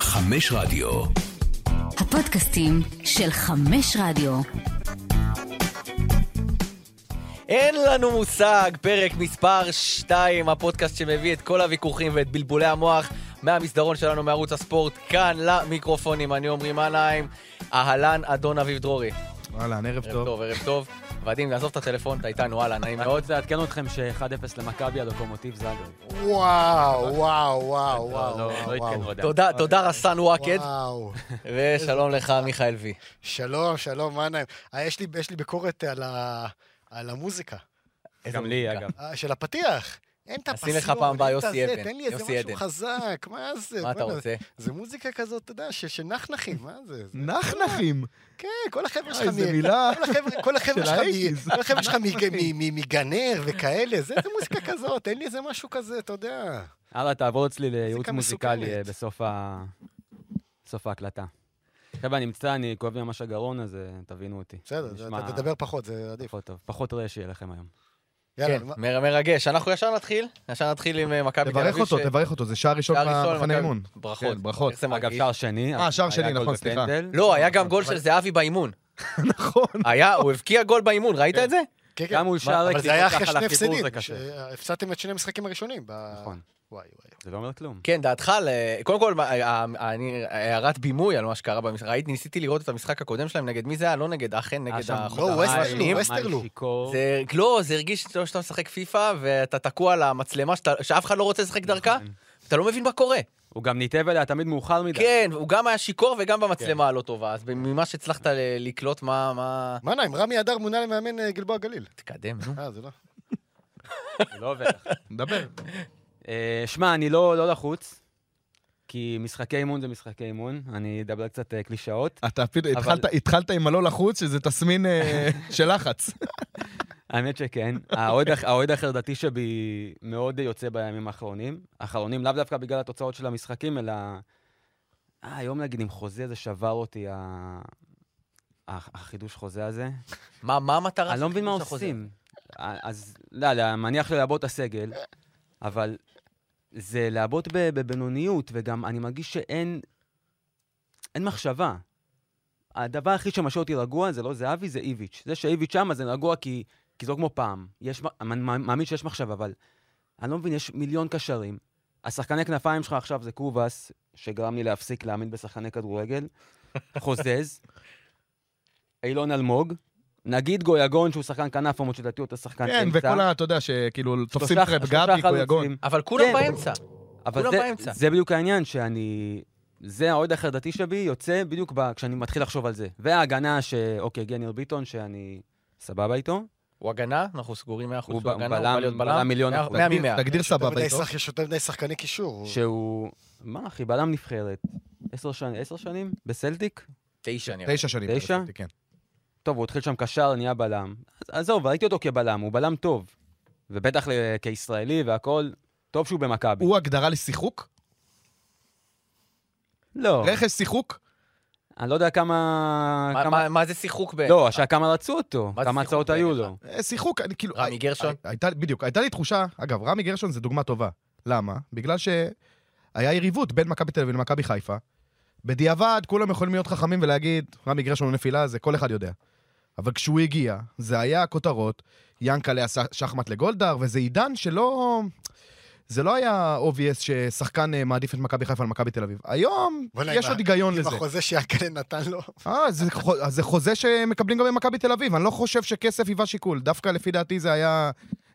חמש רדיו. הפודקאסטים של חמש רדיו. אין לנו מושג, פרק מספר 2, הפודקאסט שמביא את כל הוויכוחים ואת בלבולי המוח מהמסדרון שלנו מערוץ הספורט, כאן למיקרופונים, אני עמרי מנהיים, אהלן אדון אביב דרורי. אהלן, ערב ערב טוב. טוב, ערב טוב. ועדים, לעזוב את הטלפון, אתה איתנו, אהלן, נעים מאוד. מאוד לעדכן אתכם ש-1-0 למכבי הדוקומוטיב זאגרב. וואו, וואו, וואו, וואו, לא, לא עדכן וואו. עוד. תודה, תודה רסן וואקד, וואו. ושלום לך, מיכאל וי. שלום, שלום, מה נעים? אה, יש לי, יש לי ביקורת על, ה, על המוזיקה, גם לי, אגב. אה, של הפתיח. אין את הפסון, נשים לך פעם הבאה אין את יוסי הזה, אבן, תן לי איזה יוסי משהו אבן. חזק, מה זה? מה אתה בוא'נה, רוצה? זה מוזיקה כזאת, אתה יודע, ש- של נחנחים, מה זה? זה- נחנחים. כן, כל אה, החבר'ה שלך... אוי, זו מ- מילה. כל החבר'ה- כל החבר'ה של שלך האייטיז. מ- כל החבר'ה שלך מג- מ- מ- מגנר וכאלה, זה זה מוזיקה כזאת, אין לי איזה משהו כזה, אתה יודע. הלאה, תעבור אצלי לייעוץ מוזיקה מוזיקלי אה, מסוכנת. בסוף ה- בסוף ההקלטה. חבר'ה, אני מצטער, אני כואב לי ממש הגרון, אז אה, תבינו אותי. בסדר, נשמע אתה תדבר פחות, זה עדיף. פחות טוב. פחות רעש יהיה לכם היום. יאללה, כן, מה- מר- מרגש. אנחנו ישר נתחיל, ישר נתחיל עם אה, מכבי תל תברך אביב. אותו, ש- תברך אותו, זה שער ראשון שער ראשון במחנה למכבי. אימון. ברכות. כן, ברכות. איך זה אגב, מרגיש? שער שני. אה, שער שני, היה גול נכון, סליחה. בפנדל. לא, היה גם גול של זהבי באימון. נכון. היה, הוא הבקיע גול באימון, ראית את זה? כן, כן. גם הוא שער אבל זה היה אחרי שני הפסדים, זה ש- קשה. הפסדתם את שני המשחקים הראשונים. ב- נכון, וואי וואי. זה לא אומר כלום. כן, דעתך, על, אה, קודם כל, מה, אה, אה, אני- הערת בימוי על מה שקרה במשחק, ראיתי, ניסיתי לראות את המשחק הקודם שלהם, נגד מי זה היה? לא נגד אכן, היה נגד אה, שם החוטה. לא, ווסטרלו, מים, ווסטרלו. מים שיכור. זה, לא, זה הרגיש שאתה שאתה משחק פיפא, ואתה תקוע על המצלמה שאתה- שאף אחד לא רוצה לשחק דרכה, אתה לא מבין מה קורה. הוא גם ניתב אליה תמיד מאוחר מדי. כן, הוא גם היה שיכור וגם כן. במצלמה הלא טובה, אז ממה שהצלחת ל- לקלוט, מה... מה... מה נעים, רמי אדר מונה למאמן אה, גלבוע גליל. תקדם, נו. אה, זה לא. זה לא עובד. דבר. אה, שמע, אני לא, לא לחוץ, כי משחקי אימון זה משחקי אימון, אני אדבר קצת אה, קלישאות. אתה אפילו אבל- התחלת- התחלת עם הלא לחוץ, שזה תסמין אה, של לחץ. האמת שכן, האוהד הח- האוהד החרדתי שבי מאוד יוצא בימים האחרונים. האחרונים לאו דווקא בגלל התוצאות של המשחקים, אלא... אה, היום נגיד עם חוזה זה שבר אותי, ה... הח- החידוש חוזה הזה. מה מה המטרה אני לא מבין מה החידוש החוזה? עושים. אה, אז, לא יודע, מניח ללעבות את הסגל, אבל זה לעבות ב- בבינוניות, וגם אני מרגיש שאין אין מחשבה. הדבר הכי שמשאיר אותי רגוע זה לא זהבי, זה איביץ'. זה שאיביץ' שם זה רגוע כי, כי זה לא כמו פעם. יש, מ- אני מאמין שיש מחשבה, אבל אני לא מבין, יש מיליון קשרים. השחקני כנפיים שלך עכשיו זה קובאס, שגרם לי להפסיק להאמין בשחקני כדורגל, חוזז, אילון אלמוג, נגיד גויגון שהוא שחקן כנף, למרות שלדעתי הוא אותו שחקן כן, אמצע. וכל ה... אתה יודע, שכאילו תופסים שלושה- טראפ, שלושה גבי, חלוצים. קויגון. אבל כולם כן. באמצע. אבל כולם זה, באמצע. זה בדיוק העניין, שאני... זה האוהד החרדתי שבי יוצא בדיוק ב... כשאני מתחיל לחשוב על זה. וההגנה ש... אוקיי, הגיע ניר ביטון, שאני סבבה איתו. הוא הגנה, אנחנו סגורים 100% הוא שהוא ב- הגנה, הוא בלם- בא להיות בלם מיליון מאה- אחוז. מאה ממאה. תגדיר סבבה איתו. יש יותר מדי שחקני קישור. הוא- שהוא... מה, אחי, בלם נבחרת. עשר, שנ... עשר שנים? בסלטיק? תשע נראה. לי. תשע שנים. תשע? עשיתי, כן. טוב, הוא התחיל שם קשר, נהיה בלם. אז עזוב, ראיתי אותו כבלם, הוא בלם טוב. ובטח ל- כישראלי והכול, טוב שהוא במכבי. הוא הגדרה לשיחוק? לא, רכש שיחוק? אני לא יודע כמה... מה- כמה... מה- מה זה שיחוק ב... לא, השעה כמה רצו אותו, מה זה כמה שיחוק הצעות היו בעיניך? לו. אה, שיחוק, אני כאילו... רמי גרשון? הי- הייתה- בדיוק, הייתה לי תחושה, אגב, רמי גרשון זה דוגמה טובה. למה? בגלל שהיה יריבות בין מכבי תל אביב למכבי חיפה. בדיעבד, כולם יכולים להיות חכמים ולהגיד, רמי גרשון הוא נפילה, זה כל אחד יודע. אבל כשהוא הגיע, זה היה הכותרות, ינקלה עשה שחמט לגולדהר, וזה עידן שלא... זה לא היה obvious ששחקן אה, מעדיף את מכבי חיפה על מכבי תל אביב. היום בוא'נה, יש עם עוד ה- היגיון לזה. עם החוזה שיעקלן נתן לו. אה, זה, חו- אז זה חוזה שמקבלים גם במכבי תל אביב, אני לא חושב שכסף היווה שיקול. דווקא לפי דעתי זה היה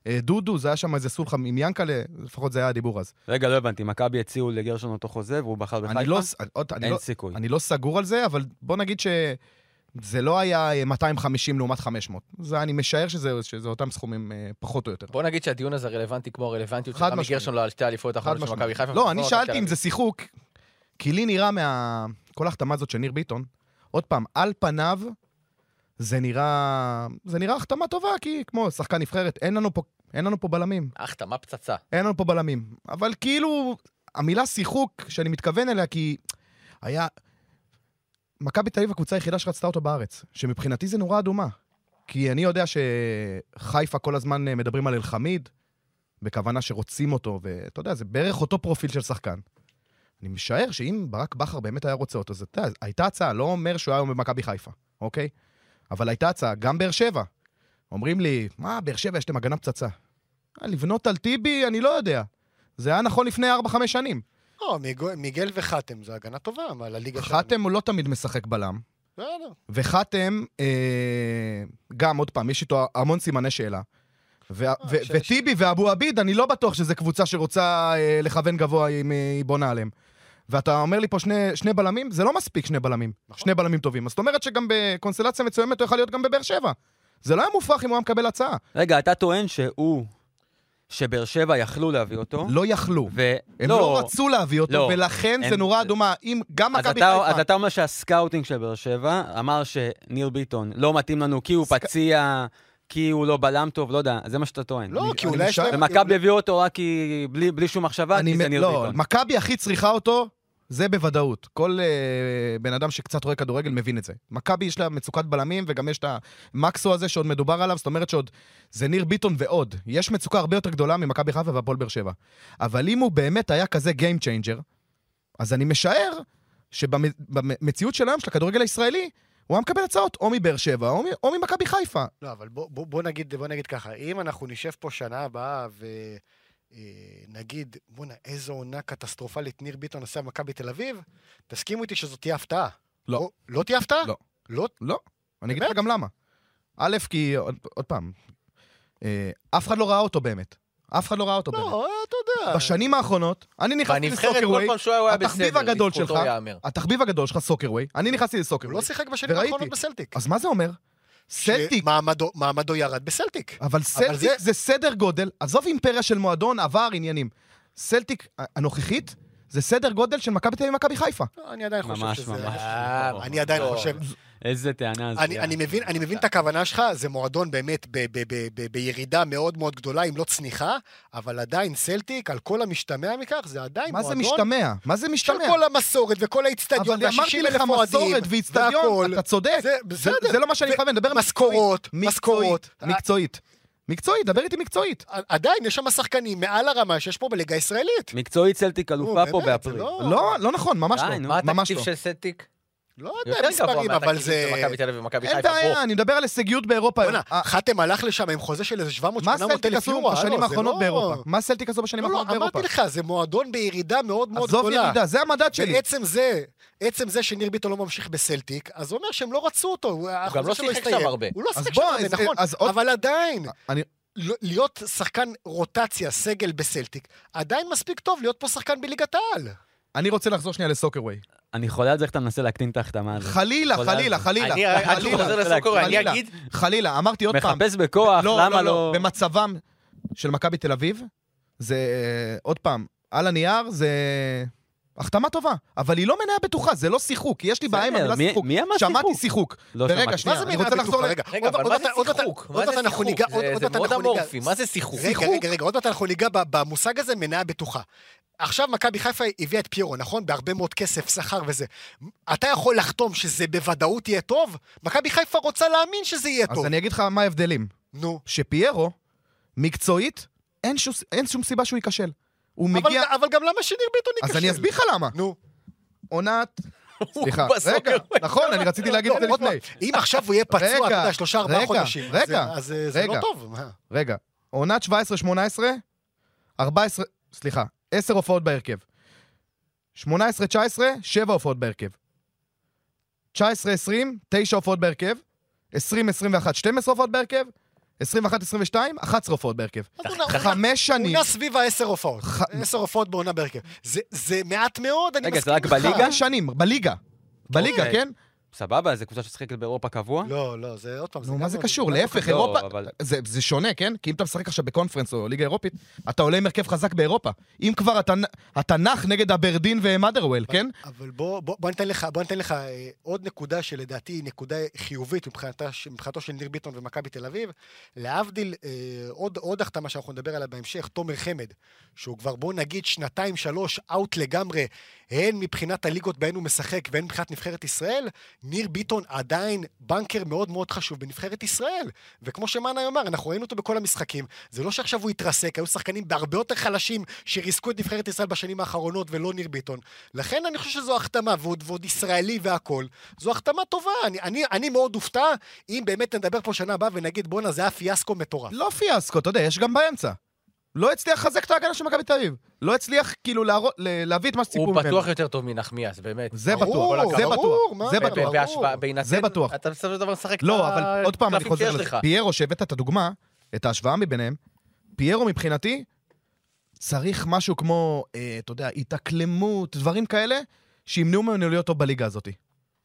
אה, דודו, זה היה שם איזה סולחה עם ינקלה, לפחות זה היה הדיבור אז. רגע, לא הבנתי, מכבי הציעו לגרשון אותו חוזה והוא בחר בחיפה? אני לא, ס- אני- עוד- אני, אין לא, סיכוי. אני לא סגור על זה, אבל בוא נגיד שזה לא היה אה, 250 לעומת 500. זה, אני משער שזה, שזה אותם סכומים אה, פחות או יותר. בוא נגיד שהדיון הזה רלוונטי כמו הרלוונטיות של חד רמי משמעית. גרשון על שתי האליפויות חד האחרונות של מכבי משמעית. חיפה. לא, ובכלל אני מכבי תל שאלתי אם אביב. זה שיחוק, כי לי נראה מה... כל ההחתמה הזאת של ניר ביטון, עוד פעם, על פניו, זה נראה... זה נראה החתמה טובה, כי כמו שחקן נבחרת, אין לנו פה, אין לנו פה בלמים. החתמה פצצה. אין לנו פה בלמים. אבל כאילו, המילה שיחוק, שאני מתכוון אליה, כי היה... מכבי תל אביב הקבוצה היחידה שרצתה אותו בארץ, שמבחינתי זה נורא אדומה. כי אני יודע שחיפה כל הזמן אה, מדברים על אלחמיד, בכוונה שרוצים אותו, ואתה יודע, זה בערך אותו פרופיל של שחקן. אני משער שאם ברק בכר באמת היה רוצה אותו, אז אתה יודע, הייתה הצעה, לא אומר שהוא היה היום במכבי חיפה, אוקיי? אבל הייתה הצעה, גם באר שבע. אומרים לי, מה, באר שבע יש להם הגנה פצצה. אה, לבנות על טיבי, אני לא יודע. זה היה נכון לפני 4-5 שנים. לא, מיגו- מיגל וחתם זו הגנה טובה, אבל הליגה לא, חתם הוא לא תמיד משחק בלם, בסדר. וחתם, אה, גם, עוד פעם, יש איתו המון סימני שאלה. ו- אה, ו- ש- וטיבי ואבו עביד, אני לא בטוח שזו קבוצה שרוצה אה, לכוון גבוה אם אה, היא בונה עליהם. ואתה אומר לי פה שני, שני בלמים, זה לא מספיק שני בלמים. נכון. שני בלמים טובים. אז זאת אומרת שגם בקונסטלציה מסוימת הוא יכול להיות גם בבאר שבע. זה לא היה מופרך אם הוא היה מקבל הצעה. רגע, אתה טוען שהוא, שבאר שבע יכלו להביא אותו, לא יכלו. ו... הם לא, רצו להביא אותו, לא. ולכן זה הם- נורה אדומה. אם גם אז מכבי אתה, חיפה... אז אתה אומר שהסקאוטינג של באר שבע אמר שניר ביטון לא מתאים לנו כי הוא סק- פציע, כי הוא לא בלם טוב, לא יודע, זה מה שאתה טוען. לא, אני- כי אני אולי יש משער- להם... ומכבי הביאו אותו רק כי... בלי, בלי שום מחשבה, אני כי זה מ- ניר לא, ביטון. מכבי הכי צריכה אותו, זה בוודאות. כל אה, בן אדם שקצת רואה כדורגל מבין את זה. מכבי יש לה מצוקת בלמים, וגם יש את המקסו הזה שעוד מדובר עליו, זאת אומרת שעוד... זה ניר ביטון ועוד. יש מצוקה הרבה יותר גדולה ממכבי חיפה והפועל באר שבע. אבל אם הוא באמת היה כזה Game Changer, אז אני משער שבמציאות של היום, של הכדורגל הישראלי, הוא היה מקבל הצעות או מבאר שבע או מ- או ממכבי חיפה. לא, אבל בוא, בוא, בוא, נגיד, בוא נגיד ככה, אם אנחנו נשב פה שנה הבאה ונגיד, בואנה, איזו עונה קטסטרופלית ניר ביטון עשה במכבי תל אביב, תסכימו איתי שזאת תהיה הפתעה. לא. או- לא תהיה הפתעה? לא. לא? אני אגיד לך גם למה. א', כי, עוד, עוד פעם, אה, אף אחד לא ראה אותו באמת. אף אחד לא ראה אותו באמת. לא, אתה יודע. בשנים האחרונות, אני נכנסתי בנבחרת אה, כל לסוקרווי, פעם שהוא היה, הוא היה בסדר. התחביב הגדול לזכותו שלך. ייאמר. התחביב הגדול שלך סוקרווי, אני נכנסתי הוא לסוקרווי. לא שיחק בשנים וראיתי. האחרונות בסלטיק. אז מה זה אומר? סלטיק, שמעמדו- מעמדו ירד בסלטיק. אבל סלטיק זה- זה סדר גודל, עזוב אימפריה של מועדון, עבר, עניינים. סלטיק ה- הנוכחית זה סדר גודל של מכבי תל אביב ומכבי חיפה. לא, אני עדיין חושב ממש, שזה... ממש. אה, לא. אני עדיין לא. חושב... איזה טענה אני, אני, מבין, אני מבין את הכוונה שלך, זה מועדון באמת ב, ב, ב, ב, בירידה מאוד מאוד גדולה, אם לא צניחה, אבל עדיין סלטיק, על כל המשתמע מכך, זה עדיין מה זה מועדון משתמע? מה זה של משתמע? כל המסורת וכל האיצטדיון, אבל אמרתי וה-60 אלף לך אוהדים, מסורת ואיצטדיון, אתה צודק. זה זה בסדר. זה לא מה שאני ו- מכוון, אני מדבר על משכורות, מקצועית, אה, משכורות. מקצועית. מקצועית, דבר איתי מקצועית. ע- עדיין יש שם שחקנים מעל הרמה שיש פה בליגה הישראלית. מקצועית סלטיק אלופה נו, פה באמת, זה באפריל. לא- לא, לא נכון, ממש די, לא. נו. מה ממש התקציב לא. של סטיק? לא יודע, יותר גבוה מספרים, אבל מהתקציב זה... של מכבי תל אביב ומכבי אין חיפה. בוא. בעיה, אני מדבר על הישגיות באירופה. בוא'נה, אה, חתם הלך לשם עם חוזה של איזה 700-800 אלף מה יורו. סלטיק עשו הלו, בשנים זה האחרונות לא- באירופה? מה סלטיק עשו בשנים לא, לא, האחרונות באירופה? אמרתי לך, זה מועדון בירידה מאוד מאוד גדולה. עזוב ירידה, זה המדד שלי. בעצם זה, עצם זה שניר ביטון לא ממשיך בסלטיק, אז זה אומר שהם לא רצו אותו. הוא החוזה לא שלו שיחק הסתיים. שם הרבה. הוא לא אז שיחק שם בוא, הרבה, אז- נכון. אז עוד- אבל עדיין, אני- לא- להיות שחקן רוטציה, סגל בסלטיק, עדיין מספיק טוב להיות פה שחקן בליגת העל. אני רוצה לחזור שנייה לסוקרווי. אני חולה על זה איך אתה מנסה להקטין את ההחתמה הזאת. חלילה, חולה חלילה, על זה. חלילה. אה, אני, עד שהוא חלילה, חוזר לסוקר, אני חלילה. אגיד, חלילה, אמרתי עוד פעם. מחפש בכוח, לא, למה לא, לא, לא? במצבם של מכבי תל אביב, זה, אה, עוד פעם, על הנייר זה החתמה טובה, אבל היא לא מניה בטוחה, זה לא שיחוק, יש לי בעיה עם בסדר, המילה מי- שיחוק. מי אמר שמעתי שיחוק? שיחוק. לא ורגע, שמעתי. שנייה, מה זה אני מניה רוצה לחזור בטוחה? ל- רגע, רגע, עוד- אבל עוד מה מעט- זה עוד מעט- שיחוק? עוד מה מעט זה אנחנו שיחוק? ניגע- עוד- זה- עוד זה מעט מאוד אנחנו ניגע- אמורפי, מה זה שיחוק? רגע, רגע, רגע, עוד מעט אנחנו ניגע ב- במושג הזה, מניה בטוחה. עכשיו מכבי חיפה הביאה את פיירו, נכון? בהרבה מאוד כסף, שכר וזה. אתה יכול לחתום שזה בוודאות יהיה טוב? מכבי חיפה רוצה להאמין שזה יהיה אז טוב. אני אגיד לך מה ההבדלים. נו. שפיירו, מקצועית, אין שום- אין שום סיבה שהוא ייכשל. הוא אבל, מגיע... אבל גם למה שניר ביטון ייכשל? אז אני אסביר לך למה. נו, עונת... סליחה, בסוקר רגע, נכון, אני רציתי להגיד את זה עוד לפני. פעם, אם עכשיו הוא יהיה פצוע, אתה רגע, יודע, שלושה ארבעה רגע, חודשים, רגע, זה- אז אה, זה לא רגע. טוב. מה? רגע, עונת 17-18, 14, סליחה, 10 הופעות בהרכב. 18-19, 7 הופעות בהרכב. 19-20, 9 הופעות בהרכב. 20-21, 12 הופעות בהרכב. 21-22, 11 הופעות בהרכב. אז הוא נע- הוא נע- חמש הוא שנים, נע סביב העשר הופעות. ח- עשר הופעות בעונה בהרכב. זה- זה מעט מאוד, אני רגע, זה מסכים רק איתך. בליגה? חמש שנים, בליגה. בליגה, אוקיי. כן? סבבה, זו קבוצה ששחקת באירופה קבוע? לא, לא, זה עוד פעם. נו, גם מה זה מאוד- קשור? גם להפך, לא, אירופה... אבל- זה, זה שונה, כן? כי אם אתה משחק עכשיו בקונפרנס או ליגה אירופית, אתה עולה עם הרכב חזק באירופה. אם כבר, אתה, נ- אתה נח נגד אברדין ומאדרוול, כן? אבל בוא, בוא, בוא ניתן לך, בוא ניתן לך אה, עוד נקודה שלדעתי היא נקודה חיובית מבחינתה, ש- מבחינתו של ניר ביטון ומכבי תל אביב. להבדיל, אה, עוד, עוד החתמה שאנחנו נדבר עליה בהמשך, תומר חמד, שהוא כבר בוא נגיד שנתיים, שלוש, אאוט לגמרי, הן מבחינת הליגות בהן הוא משחק והן מבחינת נבחרת ישראל, ניר ביטון עדיין בנקר מאוד מאוד חשוב בנבחרת ישראל. וכמו שמאנה אמר, אנחנו ראינו אותו בכל המשחקים. זה לא שעכשיו הוא התרסק, היו שחקנים בהרבה יותר חלשים שריסקו את נבחרת ישראל בשנים האחרונות ולא ניר ביטון. לכן אני חושב שזו החתמה, ועוד, ועוד ישראלי והכול. זו החתמה טובה. אני, אני, אני מאוד אופתע אם באמת נדבר פה שנה הבאה ונגיד, בואנה, זה היה פיאסקו מטורף. לא פיאסקו, אתה יודע, יש גם באמצע. לא הצליח לחזק את ההגנה של מכבי תל אביב. לא הצליח כאילו להראות- ל- להביא את מה שציפו הוא ממנו. פתוח יותר טוב מנחמיאס, באמת. זה ברור, בטוח, ברור, זה ברור, בטוח, מה זה אתה- ב- בטוח. ברור. בהשוואה- בהינתן- זה בטוח. אתה בסופו של דבר משחק את לא, אבל עוד פעם, אני הקלפים חוזר אה, שיש לזה. לך. פיירו, שהבאת את הדוגמה, את ההשוואה מביניהם, פיירו מבחינתי, צריך משהו כמו, אה, אתה יודע, התאקלמות, דברים כאלה, שימנעו ממנו להיות טוב בליגה הזאת.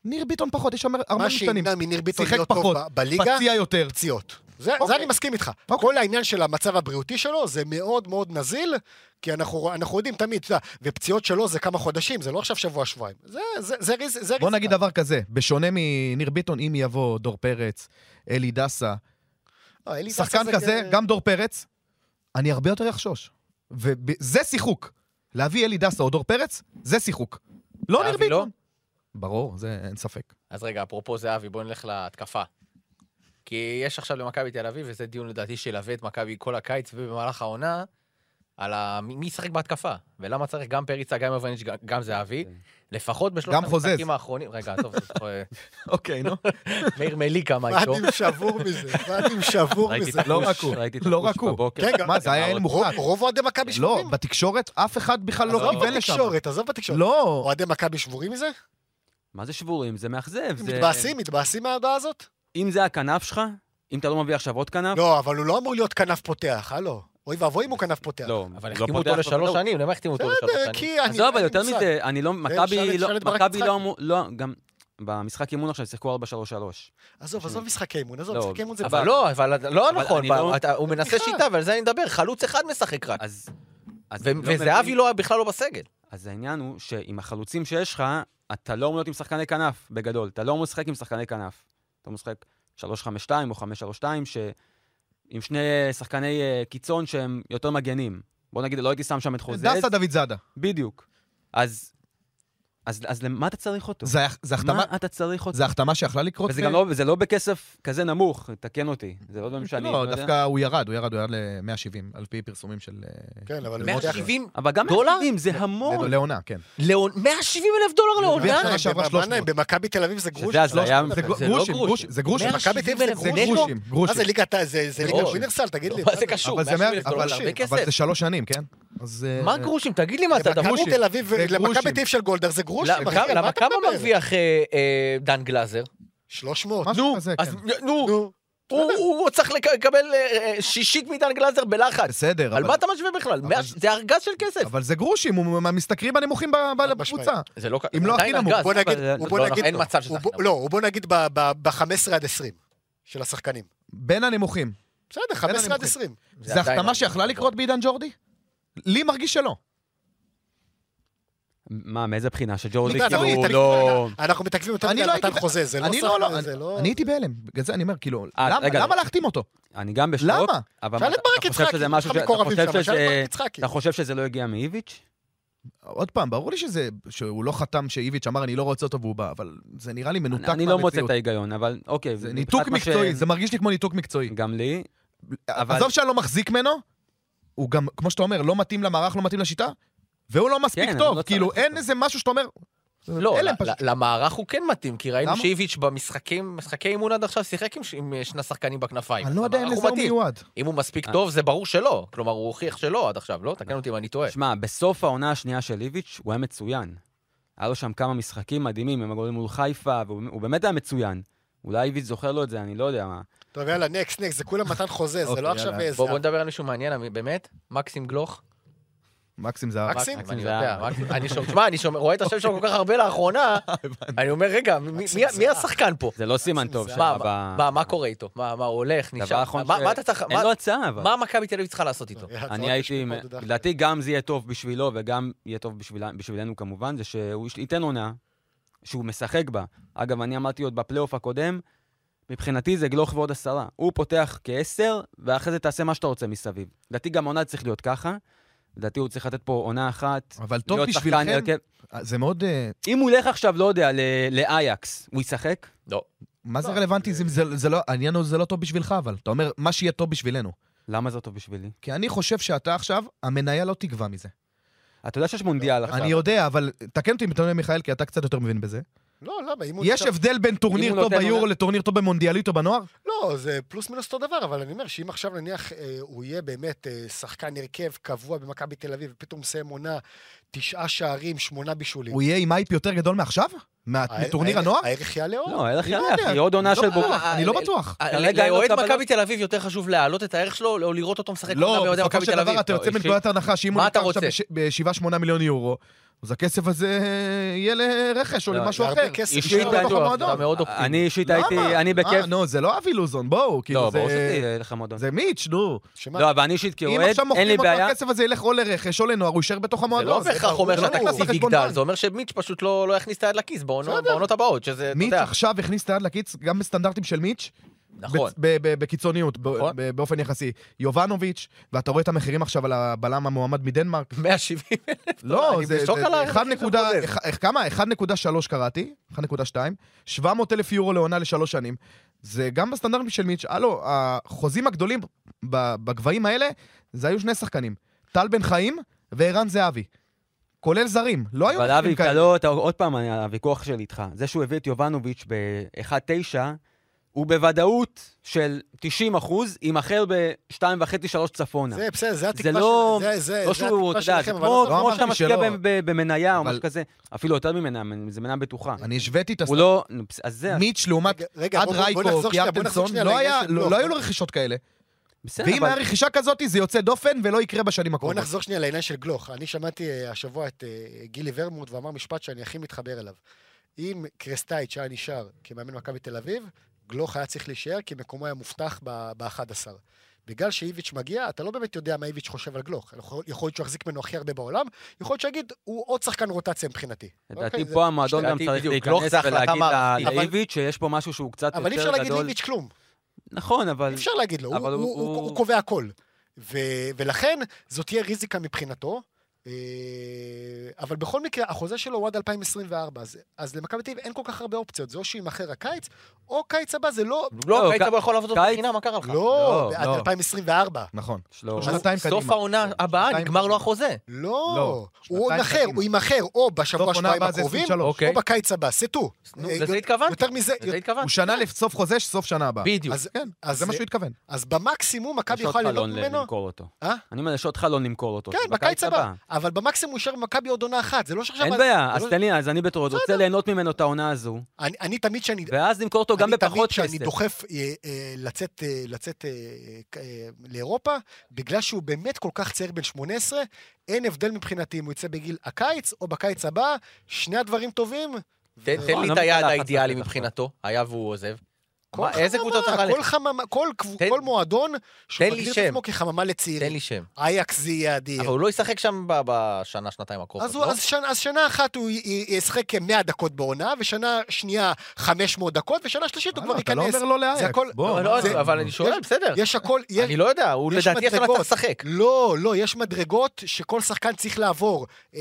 ניר ביטון פחות, יש שם הרבה מה משתנים. שימנע מניר ביטון שיחק להיות פחות, טוב ב- בליגה, פציע יותר. פציעות. זה, אוקיי. זה אני מסכים איתך. אוקיי. כל העניין של המצב הבריאותי שלו זה מאוד מאוד נזיל, כי אנחנו, אנחנו יודעים תמיד, אתה יודע, ופציעות שלו זה כמה חודשים, זה לא עכשיו שבוע-שבועיים. זה, זה, זה, ריז- זה, בוא ריזיקה. נגיד דבר כזה, בשונה מניר ביטון, אם יבוא דור פרץ, אלי דסה, אה, אלי דסה שחקן זה כזה, כ- גם דור פרץ, אני הרבה יותר אחשוש. וזה שיחוק. להביא אלי דסה או דור פרץ, זה שיחוק. לא ניר אבי, לא? ביטון. ברור, זה אין ספק. אז רגע, אפרופו זהבי, בואו נלך להתקפה. כי יש עכשיו למכבי תל אביב, וזה דיון לדעתי שילווה את מכבי כל הקיץ ובמהלך העונה, על ה... מי מי ישחק בהתקפה, ולמה צריך גם פריצה, גם יובניץ', גם- גם זהבי, אוקיי. לפחות בשלושת גם חוזז. המשחקים האחרונים... רגע, עזוב, עזוב, אה, אוקיי, נו. מאיר מליקה, מה איתו? ואדים שבור מזה, ואדים שבור ראיתי מזה. את לא הפוש, רק הוא, ראיתי את לא הפוש רק הוא. בבוקר. רגע, מה, זה היה אבל אוהד רוב- מוחלט. רוב אוהדי מכבי לא, שבורים. בתקשורת אף אחד בכלל לא עזוב כיוון לשם. בתקשורת, עזוב בתקשורת. לא, אוהדי מכבי שבורים מזה? מה זה שבורים? זה מאכזב. זה- מתבאסים, מתבאסים מההודעה הזאת? אם זה הכנף שלך, אם אתה לא מביא עכשיו עוד כנף, לא, אבל הוא לא אמור להיות כנף פותח, הלו. אוי ואבוי אם הוא כנף פותח. לא. אבל לא החתימו פותח אותו לו לשלוש בוודאות. שנים, למה החתימו אותו לשלוש בסדר, שנים? כי אני... עזוב, אבל אין לי יותר מושג. מזה, אני לא, אפשר- מכבי אפשר לא, לדבר רק מכבי משחק. לא אמור, לא, גם במשחק אימון עכשיו שיחקו 4-3-3. עזוב, עזוב משחקי אימון, עזוב, לא, משחקי אימון זה... אבל לא, אבל לא אבל נכון, אני ב- לא- אתה- הוא מנסה סליחה. שיטה, ועל זה אני מדבר, חלוץ אחד משחק רק. אז... אז ו- אני לא וזהבי מבין- לא, בכלל לא בסגל. אז העניין הוא שעם החלוצים שיש לך, אתה לא אמור להיות עם שחקני כנף, בגדול. אתה לא אמור לשחק עם שחקני כנף. אתה אמור לשחק 3-5-2 או 5-3-2, ש... עם שני אה, שחקני אה, קיצון שהם יותר מגנים. בוא נגיד, לא הייתי שם שם את חוזז. דסה דוד זאדה. בדיוק. אז... אז, אז למה אתה צריך אותו? זה היה- זה החתמה- מה אתה צריך אותו? זה החתמה שיכלה לקרות? וזה גם לא, וזה לא בכסף כזה נמוך, תקן אותי. זה לא דברים שאני... לא, יודע. דווקא הוא ירד, הוא ירד, הוא ירד ל-170, על פי פרסומים של... אה, כן, אבל... הוא יודע- 170 אבל גם דולר? מחירים, זה המון. לעונה, כן. לעונה, 170 אלף דולר מה לעונה? שנה להם, שעברה מה 300. להם, במכבי תל אביב זה גרוש. שזה הזיה. זה זה לא גרושים, גרושים. גרושים, זה גרושים. מאה מכבי תל אביב זה 170,000 גרוש. נטו? גרושים, מה זה גרושים. ליגת ה... זה זה ליגת גרוש. יוניברסל, תגיד לי. מה זה קשור? אבל זה 170 מאה- אלף דולר אבל- זה הרבה אבל זה כסף. שלוש שנים, כן? אז... אה, מה גרושים? תגיד לי מה זה הדבר. למכבי גרושים. תל אביב, זה למכבי גרושים. תל אביב של גולדהר זה גרוש. למה- לא, כמה- למה כמה מרוויח אה, אה, דן גלאזר? 300. משהו כזה, אז כן. נו, נו. הוא- הוא הוא צריך לק- לקבל אה, אה, שישית מדן גלאזר בלחץ. בסדר, על אבל- מה אתה משווה בכלל? מאה- זה ארגז של כסף. אבל זה גרושים, הוא מהמשתכרים הנמוכים ב- ב- משמעית. בקבוצה. זה לא כ- אם לא עדיין הכי נמוך. ארגז. בוא נגיד, אבל- הוא בוא לא, נגיד, אין מצב שזה הוא הכי בוא- נמוך. לא, הוא בוא נגיד ב-15 עד 20 של השחקנים. בין הנמוכים. בסדר, 15 עד הנמוכים. 20. זה זה עדיין החתמה לא- שיכלה לקרות בעידן ג'ורדי? לי מרגיש שלא. מה, מאיזה בחינה? שג'ורדי אתה יודע, כאילו אנחנו- לא... אנחנו מתעכבים יותר אני מדי לא על מתן הייתי- חוזה, זה לא אני שחקן, לא, לא, זה אני- לא... אני הייתי בהלם. בגלל זה אני אומר, כאילו, אה, למה- רגע. לא- למה להחתים אותו? אני גם בשוק. למה? אבל שאל מה, את אתה ברק חושב יצחקי, שזה יש משהו לך ש- אתה מקורבים חושב שם, שאל את שזה- ברק יצחקי. אתה חושב שזה לא הגיע מאיביץ'? עוד פעם, ברור לי שזה, שהוא לא חתם שאיביץ' אמר, אני לא רוצה אותו והוא בא, אבל זה נראה לי מנותק אני אני לא מוצא את מהמציאות. ההיגיון, אבל אוקיי. זה מבחינת ניתוק מה ש- מקצועי, זה מרגיש לי כמו ניתוק מקצועי. גם לי. אבל- עזוב שאני לא מחזיק ממנו, הוא גם, כמו שאתה אומר, לא מתאים למערך, לא מתאים לשיטה, והוא לא מספיק כן, אני טוב. לא צריך כאילו, אותו. אין איזה משהו שאתה אומר... לא, אלה הם ל- פשוט- ל- למערך הוא כן מתאים, כי ראינו למה? שאיביץ' במשחקים, משחקי אימון עד עכשיו שיחק עם ש- עם אה, שני שחקנים בכנפיים. אני לא יודע אם המערך לזה הוא מתאים. מיועד. אם הוא מספיק אה. טוב, זה ברור שלא. כלומר, הוא הוכיח שלא עד עכשיו, לא? תקן אותי אם אני טועה. שמע, בסוף העונה השנייה של איביץ' הוא היה מצוין. היה לו שם כמה משחקים מדהימים, הם הגולים מול חיפה, והוא הוא באמת היה מצוין. אולי איביץ' זוכר לו את זה, אני לא יודע מה. טוב, יאללה, נקסט, נקסט, זה כולם מתן חוזה, זה אוקיי, לא עכשיו יאללה. איזה... בואו נדבר על מישהו מעניין, אמי- באמת? מקסים גלוך? מקסים זהב. מקסים? מקסים, אני זה יודע, היה. מקסים. אני שומע, תשמע, אני שומע- רואה את השם שלו כל כך הרבה לאחרונה, אני אומר, רגע, מי- מי- מקסים מי זה השחקן פה? זה לא סימן טוב. זה- שם, מה- אבל- מה, מה קורה איתו? מה, מה, הוא הולך, דבר נשאר? אחרון מה ש- מה אתה צריך, אין מה- לו הצעה, אבל. מה מכבי תל אביב צריכה לעשות אה. איתו? אני הייתי, עם- לדעתי גם זה יהיה טוב בשבילו וגם יהיה טוב בשבילה- בשבילנו כמובן, זה שהוא יש- ייתן עונה שהוא משחק בה. אגב, אני אמרתי עוד בפלייאוף הקודם, מבחינתי זה גלוך ועוד עשרה. הוא פותח כעשר, ואחרי זה תעשה מה שאתה רוצה מסביב. לדעתי גם העונה צריך להיות ככה, לדעתי הוא צריך לתת פה עונה אחת. אבל טוב להיות שחקן בשבילכם, הרכב. זה מאוד... אה, אם הוא ילך עכשיו, לא יודע, ל- לאייקס, הוא ישחק? לא. מה זה לא, רלוונטי? זה- זה- זה לא- העניין הוא זה לא טוב בשבילך, אבל. אתה אומר, מה שיהיה טוב בשבילנו. למה זה טוב בשבילי? כי אני חושב שאתה עכשיו, המניה לא תגווע מזה. אתה יודע שיש מונדיאל עכשיו. לא, אני יודע, אבל תקן אותי אם אתה אומר, מיכאל, כי אתה קצת יותר מבין בזה. לא, למה? אם הוא יש נשאר- הבדל בין אם טורניר הוא טוב נותן ביורו עונה- לטורניר טוב במונדיאלית או בנוער? לא, זה פלוס מינוס אותו דבר, אבל אני אומר שאם עכשיו נניח אה, הוא יהיה באמת אה, שחקן הרכב קבוע במכבי תל אביב, ופתאום מסיים עונה תשעה שערים, שמונה בישולים. הוא יהיה עם אייפ יותר גדול מעכשיו? מה- אה, הערך- מטורניר הערך- הנוער? הערך יעלה עוד. לא, הלך אני לא יאללה, יודע. אחי, עוד עונה לא של בטוח, בוגר. אני לא בטוח. כרגע אין לו לאוהד קבלות. מכבי תל אביב יותר חשוב להעלות את הערך שלו, או לראות אותו משחק עונה לא, באוהדי בסופו מכבי של תל אביב. דבר אתה לא, יוצא אישית. מנקודת הנחה שאם הוא מה אתה נמכר עכשיו רוצה? ב-7-8 מיליון יורו, אז הכסף הזה יהיה לרכש או לא, למשהו זה אחר. הרבה כסף. אישית נשאר אני בתוך בטוח, המועדון. אתה מאוד אופטימי. אני אישית לא- למה? הייתי, אני אה, בכיף. נו, זה לא אבי לוזון, בואו. כאילו, לא, זה- ברור שזה יהיה לך מועדון. זה מיץ', נו. שמה? לא, אבל אני אישית אם כאוהד, עכשיו אין מוכרים לי אותו, בעיה. הכסף הזה ילך או לרכש או לנוער, הוא יישאר בתוך זה לא המועדון. בהכרח ברור, אומר זה ברור. שהתקציב זה לא יגדל, בחשבון זה אומר שמיץ' פשוט לא לא יכניס את היד לכיס בעונות בסדר. בעונות הבאות, שזה, אתה מיץ' יודע, עכשיו הכניס את היד לכיס, גם בסטנדרטים של מיץ', נכון. בצ- ב- ב- בקיצוניות, ב- נכון. ב- באופן יחסי. יובנוביץ', ואתה רואה את המחירים עכשיו על הבלם המועמד מדנמרק. 170. לא, אני זה בשוק זה- על הערך אחד שזה נקודה- חוזר. אחד- איך- כמה? 1.3 קראתי, 1.2, 700 אלף יורו לעונה לשלוש שנים. זה גם בסטנדרטים של מיץ', הלו, החוזים הגדולים ב- בגבהים האלה, זה היו שני שחקנים, טל בן חיים וערן זהבי. כולל זרים, לא היו אבל מחירים אבי, אתה לא, אתה- עוד פעם, אני- הוויכוח שלי איתך. זה שהוא הביא את יובנוביץ' ב-1.9, הוא בוודאות של 90 אחוז, יימכר ב-2.5-3 צפונה. זה בסדר, זה זה התקווה לא- שלכם. זה, זה, לא זה שהוא, אתה התקווה יודע, שלכם, זה אבל כמו לא- לא כמו שאתה אמרתי משקיע שלא. ב- ב- במניה או אבל- משהו כזה, אפילו יותר ממניה, זה מניה בטוחה. אני השוויתי את הוא הסטנדרט. לא, נו, אז זה, מיץ' לעומת רגע, רגע, עד בוא- בוא- בוא רייקו, נחזור שנייה, בוא נחזור קיארטנסון, שנייה לא לעניין היה- של לא בלוך. לא היו לו רכישות כאלה. בסדר, ואם כן, אבל... היה רכישה כזאת, זה יוצא דופן ולא יקרה בשנים בוא הקרובות. נחזור שנייה לעניין של גלוך. אני שמעתי אה, השבוע את אה, גילי ורמוט ואמר משפט שאני הכי מתחבר אליו. אם קרסטייץ' היה נשאר כמאמן מכבי תל אביב, גלוך היה צריך להישאר כי מקומו היה מובטח ב-11. בגלל שאיביץ' מגיע, אתה לא באמת יודע מה איביץ' חושב על גלוך. יכול יכול להיות שהוא יחזיק ממנו הכי הרבה בעולם, יכול להיות שיגיד, הוא עוד שחקן רוטציה מבחינתי. אוקיי, לדעתי זה- פה המועדון גם לדעתי צריך בדיוק, גלוך להיכנס זה החלטה ולהגיד ל- מערכתית. לאיביץ' שיש פה משהו שהוא קצת אבל אי אפשר יותר להגיד גדול. לאיביץ' כלום. נכון, אבל... אי אפשר להגיד לו, הוא, אבל הוא, הוא- הוא, הוא, הוא- קובע הכל. ו, ולכן זאת תהיה ריזיקה מבחינתו. אה, אבל בכל מקרה, החוזה שלו הוא עד 2024, אז, אז למכבי תל אביב אין כל כך הרבה אופציות, זה או שיימכר הקיץ, או קיץ הבא, זה לא... לא, לא, קיץ ק- הבא יכול לעבוד אותו קיץ- בחינם, מה קרה לך? לא, לא, עד לא. 2024. נכון. שלא- הוא- שנתיים סוף קדימה. העונה הבאה שנתיים נגמר לו קדימה. החוזה. לא, לא, הוא עוד שנתיים אחר, קדימה. הוא יימכר או סוף בשבוע, עונה שבועיים הבאה זה הקרובים, 23. אוקיי. או בקיץ הבא, סטו. נו, לזה התכוונתי. יותר מזה, לזה הוא התכוונתי. שנה לסוף חוזה, סוף שנה הבאה. בדיוק. אז- כן, אז זה מה שהוא התכוון. אז במקסימום מכבי יש עוד יכולה ליהנות חלון ל- ממנו. למכור אותו. אה? אני אומר, יש עוד חלון למכור אותו. כן, בקיץ הבא. אבל במקסימום הוא יישאר במכבי עוד עונה אחת, זה לא שעכשיו... אין אני- בעיה, זה אז לא- תן לי, אז אני בתור עוד רוצה ליהנות ממנו את העונה הזו, אני- אני תמיד שאני... ואז למכור אותו גם אני תמיד בפחות שאני כסף. דוחף אה, אה, לצאת, אה, לצאת אה, ק- אה, לאירופה, בגלל שהוא באמת כל כך צעיר בן 18, אין הבדל מבחינתי אם הוא יצא בגיל הקיץ או בקיץ הבא, שני הדברים טובים. תן ו- תן לי לא את היעד מתאלחת, האידיאלי מתאלחת. מבחינתו, היה והוא עוזב. כל מה, איזה חממה, קבוצה צריך כל ללכת? חממה, כל קבו- תן- כל מועדון שהוא תן לי מגדיר את שם. עצמו כחממה תן לי לצעירים. שם. אייקס זה יהיה אדיר. אבל הוא לא ישחק שם ב- בשנה, שנתיים הקרובות, אז, הוא, לא? אז, שנה, אז שנה אחת הוא י- י- ישחק 100 דקות בעונה, ושנה שנייה 500 דקות, ושנה שלישית הוא כבר אתה לא ייכנס. אומר לא לאייק. הכל- בוא, אבל לא, זה- אבל אני שואל, בסדר. יש הכל, יש, אני לא יודע, הוא יש לדעתי עכשיו מדרגות. צריך לשחק. לא, לא, יש מדרגות שכל שחקן צריך לעבור. אה,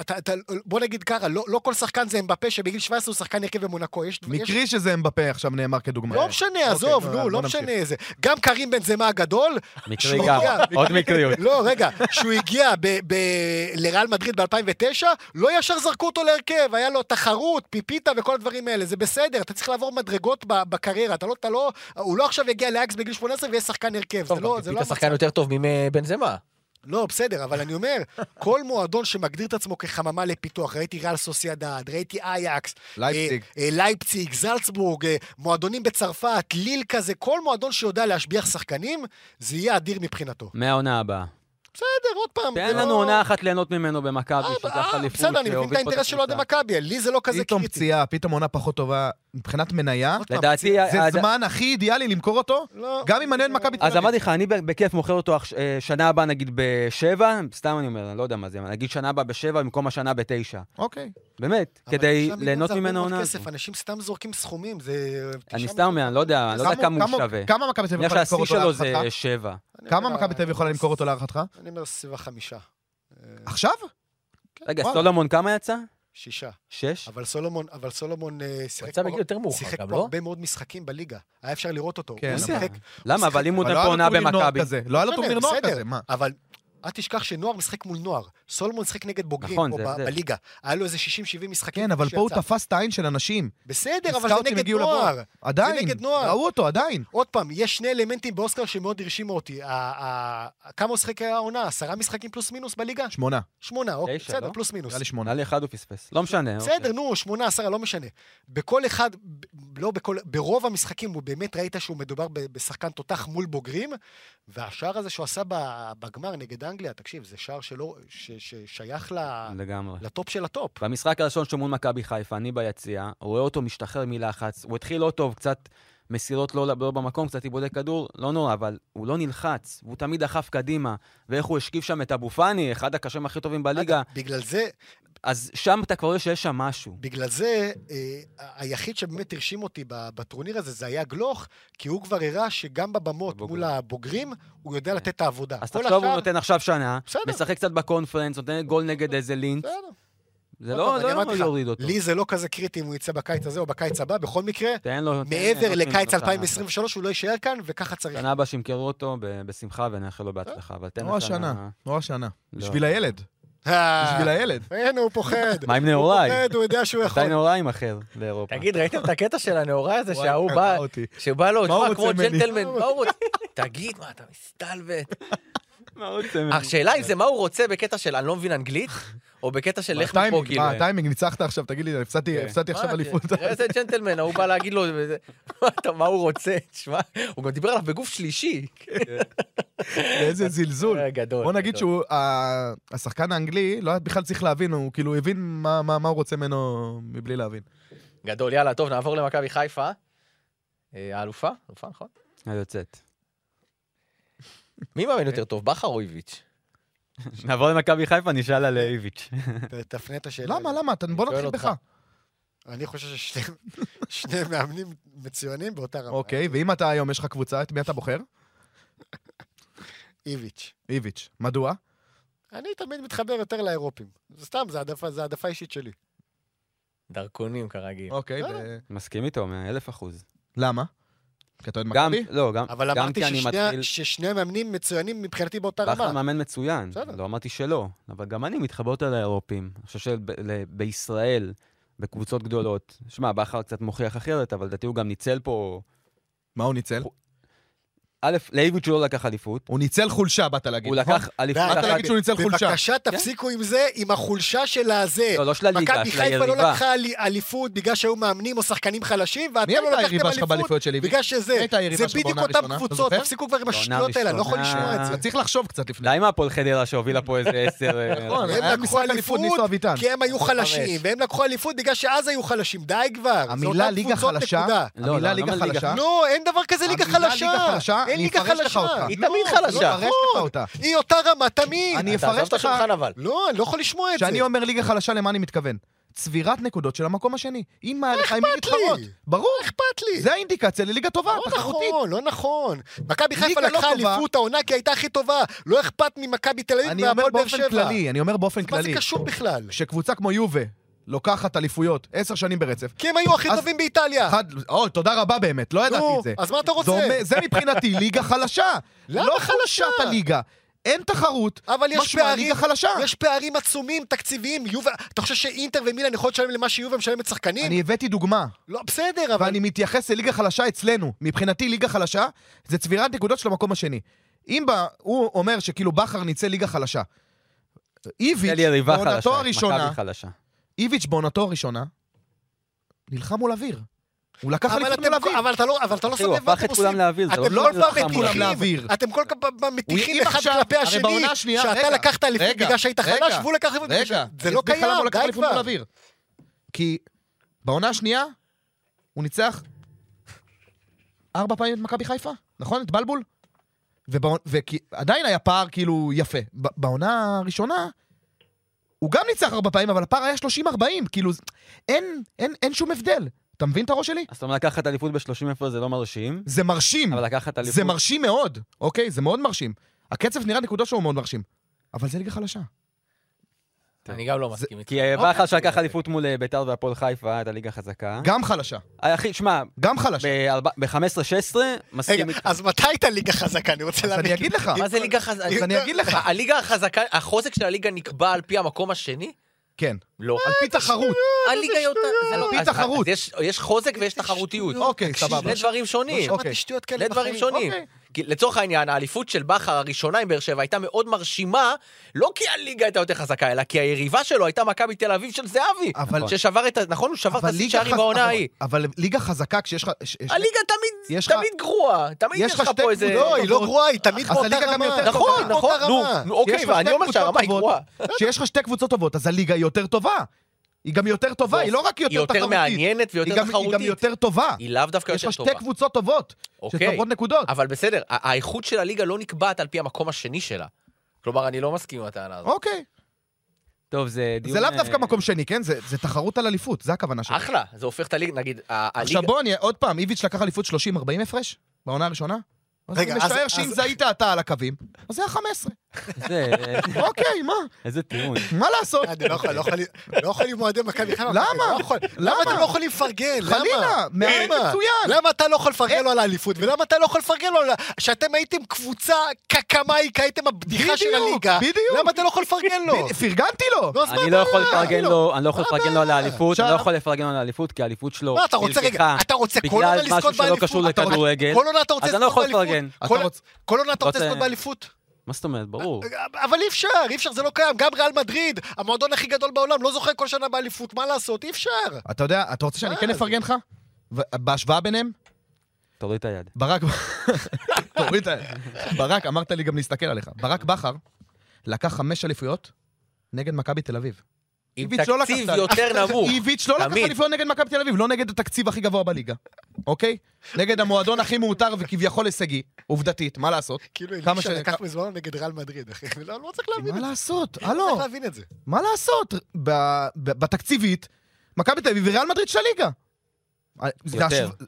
אתה, אתה, בוא נגיד ככה, לא, לא כל שחקן זה אמבפה שבגיל 17 הוא שחקן הרכב במונקו. יש, יש... מקרי שזה אמבפה עכשיו נאמר כדוגמה. לא משנה, עזוב, אה, אוקיי, נו, בוא לא נמשיך. משנה איזה. גם קרים בן זמה הגדול, מקרי שהוא גם, הגיע- אוקיי. עוד מקריות. לא, רגע, שהוא הגיע ב- ב- לריאל מדריד ב-2009, לא ישר זרקו אותו להרכב, היה לו תחרות, פיפיתה וכל הדברים האלה, זה בסדר, אתה צריך לעבור מדרגות ב- בקריירה, אתה לא, אתה לא, הוא לא עכשיו יגיע לאקס בגיל 18 ויהיה שחקן הרכב, זה טוב, לא, גם זה לא פיפית המצב. שחקן יותר טוב מבן זמה. לא, בסדר, אבל אני אומר, כל מועדון שמגדיר את עצמו כחממה לפיתוח, ראיתי ריאל סוסיאדד, ראיתי אייקס, לייפציג. אה, אה, לייפציג, זלצבורג, אה, מועדונים בצרפת, ליל כזה, כל מועדון שיודע להשביח שחקנים, זה יהיה אדיר מבחינתו. מהעונה הבאה. בסדר, עוד פעם, זה תן לא- לנו עונה אחת ליהנות ממנו במכבי, אה, שזה אה, החליפות. בסדר, אני מבין את האינטרס של אוהדי מכבי, לי זה לא כזה פתאום קריטי. פציעה, פתאום עונה פחות טובה. מבחינת מניה, עוד פעם, לדעתי, זה ה- ה- זמן הכי אידיאלי למכור אותו, לא. גם אם מעניין מכבי תל אז אביב. אמרתי לך, אני ב- בכיף מוכר אותו עכש- אה, שנה הבאה נגיד בשבע, סתם אני אומר, אני לא יודע מה זה, נגיד שנה הבאה בשבע במקום השנה בתשע. אוקיי. באמת, אבל כדי תשעה מיליון ליהנות זה הרבה ממנו מאוד עונה כסף, הזו. אנשים סתם זורקים סכומים, זה... אני תשעה סתם אומר, אני לא יודע, אני לא יודע כמה הוא שווה. כמה מכבי תל אני אביב חושב יכולה למכור שהשיא אותו שלו זה להערכתך? שבע. מיליון. אה, כמה מכבי תל אביב יכולה למכור אותו להערכתך? אני אומר סביבה חמישה. אה, עכשיו? רגע, וואו. סולומון כמה יצא? שישה. שש? אבל סולומון, אבל סולומון אה, הוא שיחק יצא פה- בגיל יותר מאוחר שיחק גם, פה לא? הרבה מאוד משחקים בליגה. היה אפשר לראות אותו. כן, הוא אבל- שיחק... למה? אבל אם הוא אבל לא נותן פה היה לו עונה טורניר נוער במכבי... כזה, לא היה לו בסדר, טורניר נוער בסדר. כזה, מה? אבל אל תשכח שנוער משחק מול נוער. סולומון שיחק נגד בוגרים נכון, פה זה ב- הבדל. בליגה. היה לו איזה 60-70 משחקים. כן, אבל פה הוא שיצא. תפס את העין של אנשים. בסדר, אבל זה סקאוטים נגד הגיעו לבור. נוער. עדיין, נגד נוער. ראו אותו, עדיין. עוד פעם, יש שני אלמנטים באוסקר שמאוד הרשימו אותי. ה- ה- ה- כמה הוא שיחק העונה? עשרה משחקים פלוס מינוס בליגה? שמונה, שמונה, אוקיי, תשע, בסדר, לא? פלוס מינוס. נראה לי שמונה. נראה לי אחד הוא פספס. לא משנה. בסדר, אוקיי. נו, שמונה, עשרה, לא משנה. בכל אחד, ב- לא בכל, ברוב המשחקים הוא באמת ראית שהוא מדובר ב- בשחקן תותח מול בוגרים, והשער הזה שהוא עשה ב- בגמר נגד אנגליה, תקשיב, זה שער שלא, ש- ששייך ל- לגמרי. לטופ של הטופ. במשחק הראשון שהוא מול מכבי חיפה, אני ביציע, רואה אותו משתחרר מלחץ, הוא התחיל לא טוב, קצת מסירות לא, לא במקום, קצת איבודי כדור, לא נורא, אבל הוא לא נלחץ, והוא תמיד דחף קדימה, ואיך הוא השכיב שם את אבו פאני, אחד הקשרים הכי טובים בליגה, בגלל זה, אז שם אתה כבר רואה שיש שם משהו. בגלל זה, אה, היחיד שבאמת הרשים אותי ב- בטורניר הזה זה היה גלוך, כי הוא כבר הראה שגם בבמות בבוגרים. אה. מול הבוגרים, הוא יודע לתת את העבודה. אז כל תחשוב, הוא השאר- נותן עכשיו שנה, בסדר. משחק קצת בקונפרנס, נותן גול נגד איזה לינץ', בסדר. זה עוד לא פעם, לא אני אמרתי יכול לך, להוריד אותו. לי זה לא כזה קריטי אם הוא יצא בקיץ הזה או בקיץ הבא, בכל מקרה, תן לו... תן- מעבר נותנים לו לקיץ שנה. 2023 הוא לא יישאר כאן, וככה צריך. שנה הבאה שימכרו אותו, ב- בשמחה, ונאחל לו בהצלחה, אבל תן נורא לו שנה, שנה. נורא שנה. לא. בשביל הילד, אה, בשביל הילד. הנה, הוא פוחד. מה עם הוא נעוריי? פוחד, הוא יודע שהוא מתי לא יכול. נעוריים אחר לאירופה? תגיד, ראיתם את הקטע של הנאורה הזה שההוא וואי, בא, קרע אותי. שבא לו, מה הוא תשמע, כמו רוצה ממני?" ג'נטלמן, מה הוא רוצה? תגיד, מה, אתה מסתלבט? מה עוד סמל? השאלה אם זה מה הוא רוצה בקטע של אני לא מבין אנגלית, או בקטע של לך מפה, הטיימינג, כאילו. אה, מה, הטיימינג, ניצחת עכשיו, תגיד לי, הפסדתי כן. הפסדתי מה, עכשיו אליפות. תראה איזה ג'נטלמן, ההוא בא להגיד לו, וזה- מה אתה- מה הוא רוצה, תשמע, הוא גם דיבר עליו בגוף שלישי. איזה זלזול. אה, גדול. בוא נגיד גדול. שהוא, ה- השחקן האנגלי, לא היה בכלל צריך להבין, הוא כאילו הבין מה- מה מה הוא רוצה ממנו מבלי להבין. גדול, יאללה, טוב, נעבור למכבי חיפה. אה, האלופה, אלופה, נכון? היוצאת. מי מאמן יותר טוב, בכר או איביץ'? נעבור למכבי חיפה, נשאל על איביץ'. ת- תפנה את השאלה. למה, למה? אתה- בוא שואל נתחיל אותך. בך. אני חושב ששני שני מאמנים מצוינים באותה רמה. אוקיי, ואם אתה היום, יש לך קבוצה, את מי אתה בוחר? איביץ'. איביץ'. מדוע? אני תמיד מתחבר יותר לאירופים. זה סתם, זה העדפה- זה העדפה אישית שלי. דרכונים, כרגיל. אוקיי, בסדר. ו- מסכים איתו, מאלף אחוז. למה? כי אתה אוהד גם, מכבי? לא, גם, אבל גם אמרתי כי אני ששני ה- מתחיל... ששני המאמנים מצוינים מבחינתי באותה בכר רמה. מאמן מצוין, בסדר. לא אמרתי שלא, אבל גם אני מתחבר יותר לאירופים. אני חושב שבישראל, בקבוצות גדולות, שמע, בכר קצת מוכיח אחרת, אבל לדעתי הוא גם ניצל פה... מה הוא ניצל? א', לאיביץ' הוא לא לקח אליפות, הוא ניצל חולשה, באת להגיד. הוא נכון? לקח אליפות באת אחת... להגיד שהוא ניצל חולשה. בבקשה, תפסיקו עם זה, עם החולשה של הזה. כן. לא, לא של הליגה, מכבי של חיפה לא היריבה. לקחה אלי- אליפות בגלל שהיו מאמנים או שחקנים חלשים, ואתם מי לא הייתה לקחתם היריבה שלך אליפות באליפויות של איביץ'? בגלל שזה, מי הייתה היריבה זה שלו בדיוק בעונה אותם הראשונה? אתה קבוצות, זוכר? תפסיקו כבר עם בעונה השטויות האלה, אני לא יכול לשמוע את הראשונה. זה. אתה צריך לחשוב קצת לפני. די עם הפועל חדרה שהובילה פה איזה עשר... אה, נכון, הם היה לקחו משחק אליפות, אליפות, ניסו אביטן. כי הם היו חלשים, והם לקחו אליפות בגלל שאז היו חלשים, די כבר. זה המילה אותן ליגה קבוצות, חלשה, נקודה. לא, לא, המילה אני ליגה אומר ליגה. חלשה, נו, אין דבר כזה ליגה המילה חלשה. ליגה חלשה, אין אני ליגה אפרש לך חלשה. היא תמיד אותה. לא, חלשה. לא, אפרש לך אותה. היא אותה רמה, תמיד. אני אתה עזוב אפרש את לך, השולחן אבל. לא, אני לא יכול לשמוע את זה. כשאני אומר ליגה חלשה, למה אני מתכוון? צבירת נקודות של המקום השני. אם מה לך, עם מי לא אכפת לי? לא להתחרות. ברור, אכפת לי. זה האינדיקציה לליגה טובה, לא תחרותית. נכון, לא נכון. מכבי חיפה ליגה לא לקחה טובה. אליפות העונה כי הייתה הכי טובה. לא אכפת ממכבי תל אביב אני אומר והפועל באר שבע. באופן כללי, אני אומר באופן מה זה כללי. קשור בכלל? כשקבוצה כמו יובה לוקחת אליפויות עשר שנים ברצף, כי הם היו הכי אז- טובים באיטליה. אחד, אוי, תודה רבה באמת, לא ידעתי נו, את זה. אז מה אתה זה רוצה? אומר- זה מבחינתי ליגה חלשה. למה לא חלשה? חלשת הליגה. אין תחרות, אבל יש משמע פערים, ליגה חלשה. יש פערים עצומים, תקציביים. יובה, אתה חושב שאינטר ומילן יכולות לשלם למה שיובה משלמת שחקנים? אני הבאתי דוגמה, לא, בסדר, אבל... ואני מתייחס לליגה חלשה אצלנו. מבחינתי ליגה חלשה זה צבירת נקודות של המקום השני. אם ב- הוא אומר שכאילו בכר ניצל ליגה חלשה, תן איביץ' לי יריבה חלשה, בעונתו הראשונה, מכבי חלשה. איביץ' בעונתו הראשונה, נלחם מול אוויר. הוא לקח אבל אליפות אתם- מול אוויר. אבל אתה לא אבל אתה לא שם אחי, הוא לב מה הפך אתם את כולם עושים. לאוויר, זה לא אתם שהוא כל נלחם פעם מולם. כולם מטיחים, לאוויר. אתם כל פעם מטיחים אם אחד עכשיו- כלפי הרי השני, בעונה השנייה- שאתה רגע, לקחת אליפות רגע, בגלל שהיית רגע, חלש, והוא לקח אליפות בגלל ש... רגע, זה אני לא אסביר לך למה הוא קיים, לקח די אליפות מול כבר. אוויר. כי בעונה השנייה הוא ניצח ארבע פעמים את מכבי חיפה, נכון? את בלבול? ועדיין היה פער כאילו יפה. ב- בעונה הראשונה הוא גם ניצח ארבע פעמים, אבל הפער היה 30-40, כאילו זה- אין, אין, אין שום הבדל. אתה מבין את הראש שלי? אז אתה אומר לקחת אליפות ב-30 איפה זה לא מרשים, זה מרשים, אבל לקחת אליפות... כן. זה מרשים מאוד, אוקיי? זה מאוד מרשים. הקצב נראה נקודות שלו הוא מאוד מרשים, אבל זה ליגה חלשה. אני גם לא מסכים איתך. כי אה, בכר שלקח אליפות מול אה, ביתר והפועל חיפה, את הליגה חזקה. גם חלשה, אה, אחי, שמע, גם חלשה. ב-15-16, רגע, מסכים איתך. אז מתי הייתה ליגה חזקה? אני רוצה אז להבין. אני אגיד לך, מה זה ליגה חזקה? אז אני אגיד לך. הליגה החזקה, החוזק של הליגה נקבע על פי המקום השני? כן. לא. על פי תחרות. הליגה יותר... זה לא- על פי אז- אז תחרות. יש- יש חוזק ויש תחרותיות. שטויות. אוקיי, תקשיב, סבבה. שני דברים שונים. לא אוקיי. שמעתי שטויות כאלה שני דברים בחיים. אוקיי. שונים. כי לצורך העניין, האליפות של בכר הראשונה עם באר שבע הייתה מאוד מרשימה, לא כי הליגה הייתה יותר חזקה, אלא כי היריבה שלו הייתה מכבי תל אביב של זהבי. אבל- ששבר את ה... נכון? הוא שבר את אבל השיא ליגה שערים חז- בעונה אבל- ההיא. אבל ליגה חזקה כשיש לך... ש- ש- הליגה תמיד, יש לך- תמיד גרועה. תמיד יש יש לך לך שתי פה איזה... קבוצות. לא, היא לא גרועה, היא תמיד אז באותה הליגה גם יותר רמה. טובה. נכון, באותה נכון, נו, רמה. נו, יש אוקיי, לך ואני שתי אומר קבוצות שהרמה היא טובות. גרועה. כשיש לך שתי קבוצות טובות, אז הליגה היא יותר טובה. היא גם יותר טובה, היא לא רק היא יותר יותר תחרותית. מעניינת ויותר היא גם- היא גם תחרותית. יותר טובה. היא לאו דווקא יש יותר לך טובה. שתי קבוצות טובות, אוקיי. שצוברות נקודות. אבל בסדר, ה- האיכות של הליגה לא נקבעת על פי המקום השני שלה. כלומר, אני לא מסכים עם הטענה הזאת. אוקיי. טוב, זה דיון... זה לאו אה, דווקא מקום שני, כן? זה זה תחרות על אליפות, זה הכוונה שלי. אחלה, זה הופך את הליגה, נגיד, ה- הליגה... עכשיו בוא, אני- עוד פעם, איביץ' לקח אליפות 30-40 הפרש? בעונה הראשונה? אז רגע, אני אז- משער אז- שאם זה היית אתה על הקווים, אז זה היה 15. זה, אה, אוקיי, מה? איזה טיעון. מה לעשות? אני לא יכול, לא יכול, לא יכול עם אוהדי מכבי חיפה. למה? אני לא יכול. למה? למה אתם לא יכולים לפרגן? למה? אה, חלילה, מאמן למה? מצוין. למה אתה לא יכול אה? לפרגן לו על האליפות? ולמה אתה לא יכול לפרגן לו על... ה- שאתם הייתם קבוצה קקמייק, הייתם הבדיחה של בדיוק, הליגה. בדיוק. למה אתה לא יכול לפרגן לו? ב- פרגנתי לו! נו, אז מה אני לא יכול הבעיה? לפרגן לו, אני לא יכול מה לפרגן לו על הבעיה? האליפות, אני עכשיו- לא יכול לפרגן לו על האליפות, כי האליפות שלו מה, אתה רוצה, רגע, נלקחה אתה רוצה כל בגלל עונה משהו לזכות שלא באליפות? קשור אתה רוצה- לכדורגל. כל עונה אתה רוצה אז אני לא לזכות יכול באליפות? לפרגן. לא אתה אה, כל- רוצ- כל עונה אתה רוצה רוצה- לזכות באליפות? מה זאת אומרת, ברור. אבל אי אפשר, אי אפשר, זה לא קיים. גם ריאל מדריד, המועדון הכי גדול בעולם, לא זוכה כל שנה באליפות, מה לעשות? אי אפשר. אתה יודע, אתה רוצה שאני כן אה, אפרגן לך? ו- בהשוואה ביניהם? אה, תוריד את היד. ברק... תוריד את ה... ברק, אמרת לי גם להסתכל עליך. ברק בכר לקח חמש אליפויות נגד מכבי תל אביב. עם איביץ' לא לקח תקציב את ה- כן, יותר נמוך. איביץ' לא לקח תמיד. אליפויות נגד מכבי תל אביב, לא נגד התקציב הכי גבוה בליגה, אוקיי? נגד המועדון הכי מעוטר וכביכול הישגי, עובדתית, מה לעשות? כאילו, כמה אלישע ש- לקח מזמנו נגד ריאל מדריד, אחי. לא לא צריך להבין את מה זה. לעשות? אה, צריך לא. הלו, להבין את זה. מה לעשות? ב- ב- בתקציבית, מכבי תל אביב וריאל מדריד של הליגה. אה, זה יותר. השו-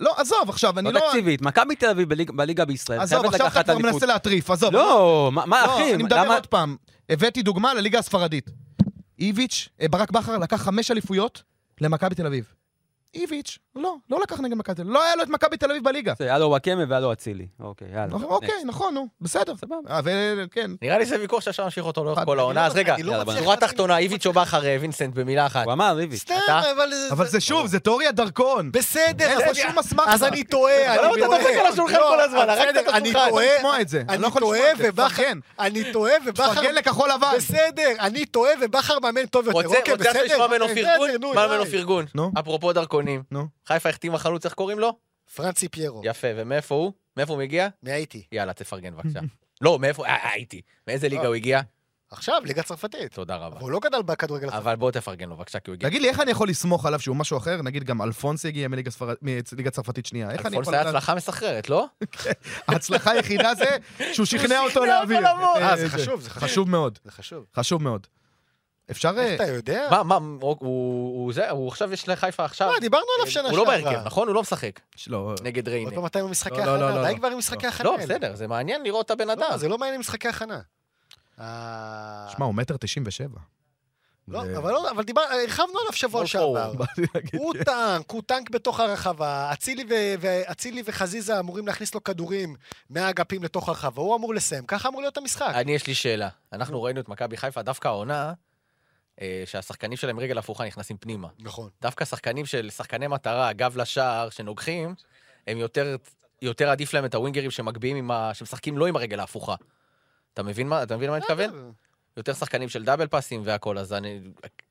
לא, עזוב, עכשיו, אני לא לא... תקציבית, מכבי תל אביב בליג- בליגה בישראל, עזוב, חייבת עכשיו אתה לקחת כבר אליפות. מנסה להטריף, עזוב. לא, מה- מה לא, אחי, אני מדבר למה... עוד פעם. הבאתי דוגמה לליגה הספרדית. איביץ', אה, ברק בכר לקח חמש אליפויות למכבי תל אביב. איביץ', לא, לא לקח נגד מכבי תל אביב. לא היה לו את מכבי תל אביב בליגה. זה, היה לו וואקמה והיה לו אצילי. אוקיי, יאללה. אוקיי, נכון, נו, בסדר. סבבה. אה, וכן, נראה לי שזה ויכוח שאפשר להמשיך אותו לאורך אני כל לא העונה, אז רגע, אני לא יאללה, מצליח שורה להבין. תחתונה, איביץ' או בכר, אה, וינסנט, במילה אחת. הוא אמר, ריבי. סתם, אה, אתה? אבל... אבל זה שוב, זה תיאוריית דרכון. בסדר, אין אבל- לזה שום אסמכתה. אז אני טועה, אני למה טועה. אתה דופק על השולחן לא, כל הזמן? הרגת את בסדר, אני השולחן. אני טועה, לא יכול לשמוע את זה, אני לא אני יכול טועה לשמוע את זה, תפרגן. ובכר... אני טועה ובכר... פרגן לכחול לבן. בסדר, אני טועה ובכר מאמן טוב יותר. רוצה אוקיי, רוצה בסדר, לשמוע ממנו בסדר, נו, פרגון? מה ממנו די. פרגון? נו. אפרופו דרכונים. נו. חיפה החתימה חלוץ, איך קוראים לו? פרנסי פיירו, יפה, ומאיפה הוא? מאיפה הוא מגיע? מהאיטי. יאללה, תפרגן בבקשה. לא, מאיפה? אה, אה, הייתי. מאיזה ליגה אה. הוא הגיע? עכשיו, ליגה צרפתית. תודה רבה. אבל הוא לא גדל בכדורגל הצרפתי. אבל בוא תפרגן לו בבקשה, כי הוא הגיע. תגיד לי, איך אני יכול לסמוך עליו שהוא משהו אחר? נגיד גם אלפונס הגיע מליגה ספרד- מליגה צרפתית שנייה. איך אני אלפונס יכול... היה לדעת? הצלחה מסחררת, לא? ההצלחה היחידה זה שהוא שכנע אותו שכנע להעביר. אותו לבוא. אה, זה אה, חשוב, זה חשוב. חשוב מאוד, זה חשוב. חשוב מאוד. אפשר... אה, איך אתה יודע? מה, מה, הוא- הוא זה, הוא עכשיו יש לחיפה עכשיו. לא, דיברנו עליו שנה הוא שעברה. לא בהרכב, נכון? הוא לא משחק לא, נגד ריינה. עוד פעם אתה עם המשחקי לא, לא, לא, הכנה, לא. די כבר עם משחקי הכנה. לא, האלה. בסדר, זה מעניין לראות את הבן לא, אדם. זה לא מעניין עם משחקי הכנה. אה, שמע, הוא מטר תשעים ושבע. לא, זה- אבל לא, אבל דיבר- הרחבנו עליו שבוע לא פור. שעבר. באתי כן, להגיד, הוא טנק, הוא טנק בתוך הרחבה, אצילי ו- ו- אצילי וחזיזה אמורים להכניס לו כדורים מהאגפים לתוך הרחבה, הוא אמור לסיים, ככה אמור להיות המשחק. אני, יש לי שאלה. אנחנו ראינו את מכבי חיפה דווקא העונה, אה, שהשחקנים שלהם רגל הפוכה נכנסים פנימה. נכון. דווקא שחקנים של שחקני מטרה, גב לשער, שנוגחים, הם יותר, יותר עדיף להם את הווינגרים שמגביהים עם ה... שמשחקים לא עם הרגל ההפוכה. אתה מבין מה, אתה מבין לא מה אני מתכוון? יותר שחקנים של דאבל פאסים והכל, אז אני...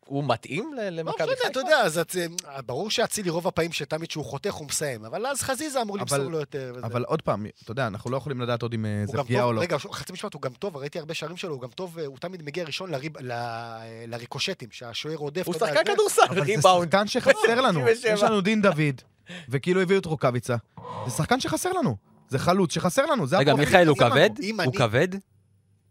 הוא מתאים ל- לא למכבי משנה, חיפה? אתה יודע, אז את- אה, ברור שאצילי רוב הפעמים שתמיד שהוא חותך הוא מסיים, אבל אז חזיזה אמור אבל- למסור לו יותר. וזה. אבל עוד פעם, אתה יודע, אנחנו לא יכולים לדעת עוד אם אה, הוא זה גם פגיעה טוב- או לא. רגע, ש- חצי משפט, הוא גם טוב, ראיתי הרבה שערים שלו, הוא גם טוב, אה, הוא תמיד מגיע ראשון לריב- ל- לריקושטים, שהשוער רודף. הוא אתה יודע, שחקן זה- כדורסל, אבל זה ריבאונד. שחקן שחסר לנו. 97. יש לנו דין דוד, וכאילו הביאו את רוקאביצה. זה שחקן שחסר לנו. זה חלוץ שחסר לנו, זה רגע, הפרופיל מיכאל, הוא שלנו. כבד? אם הוא אני- כבד?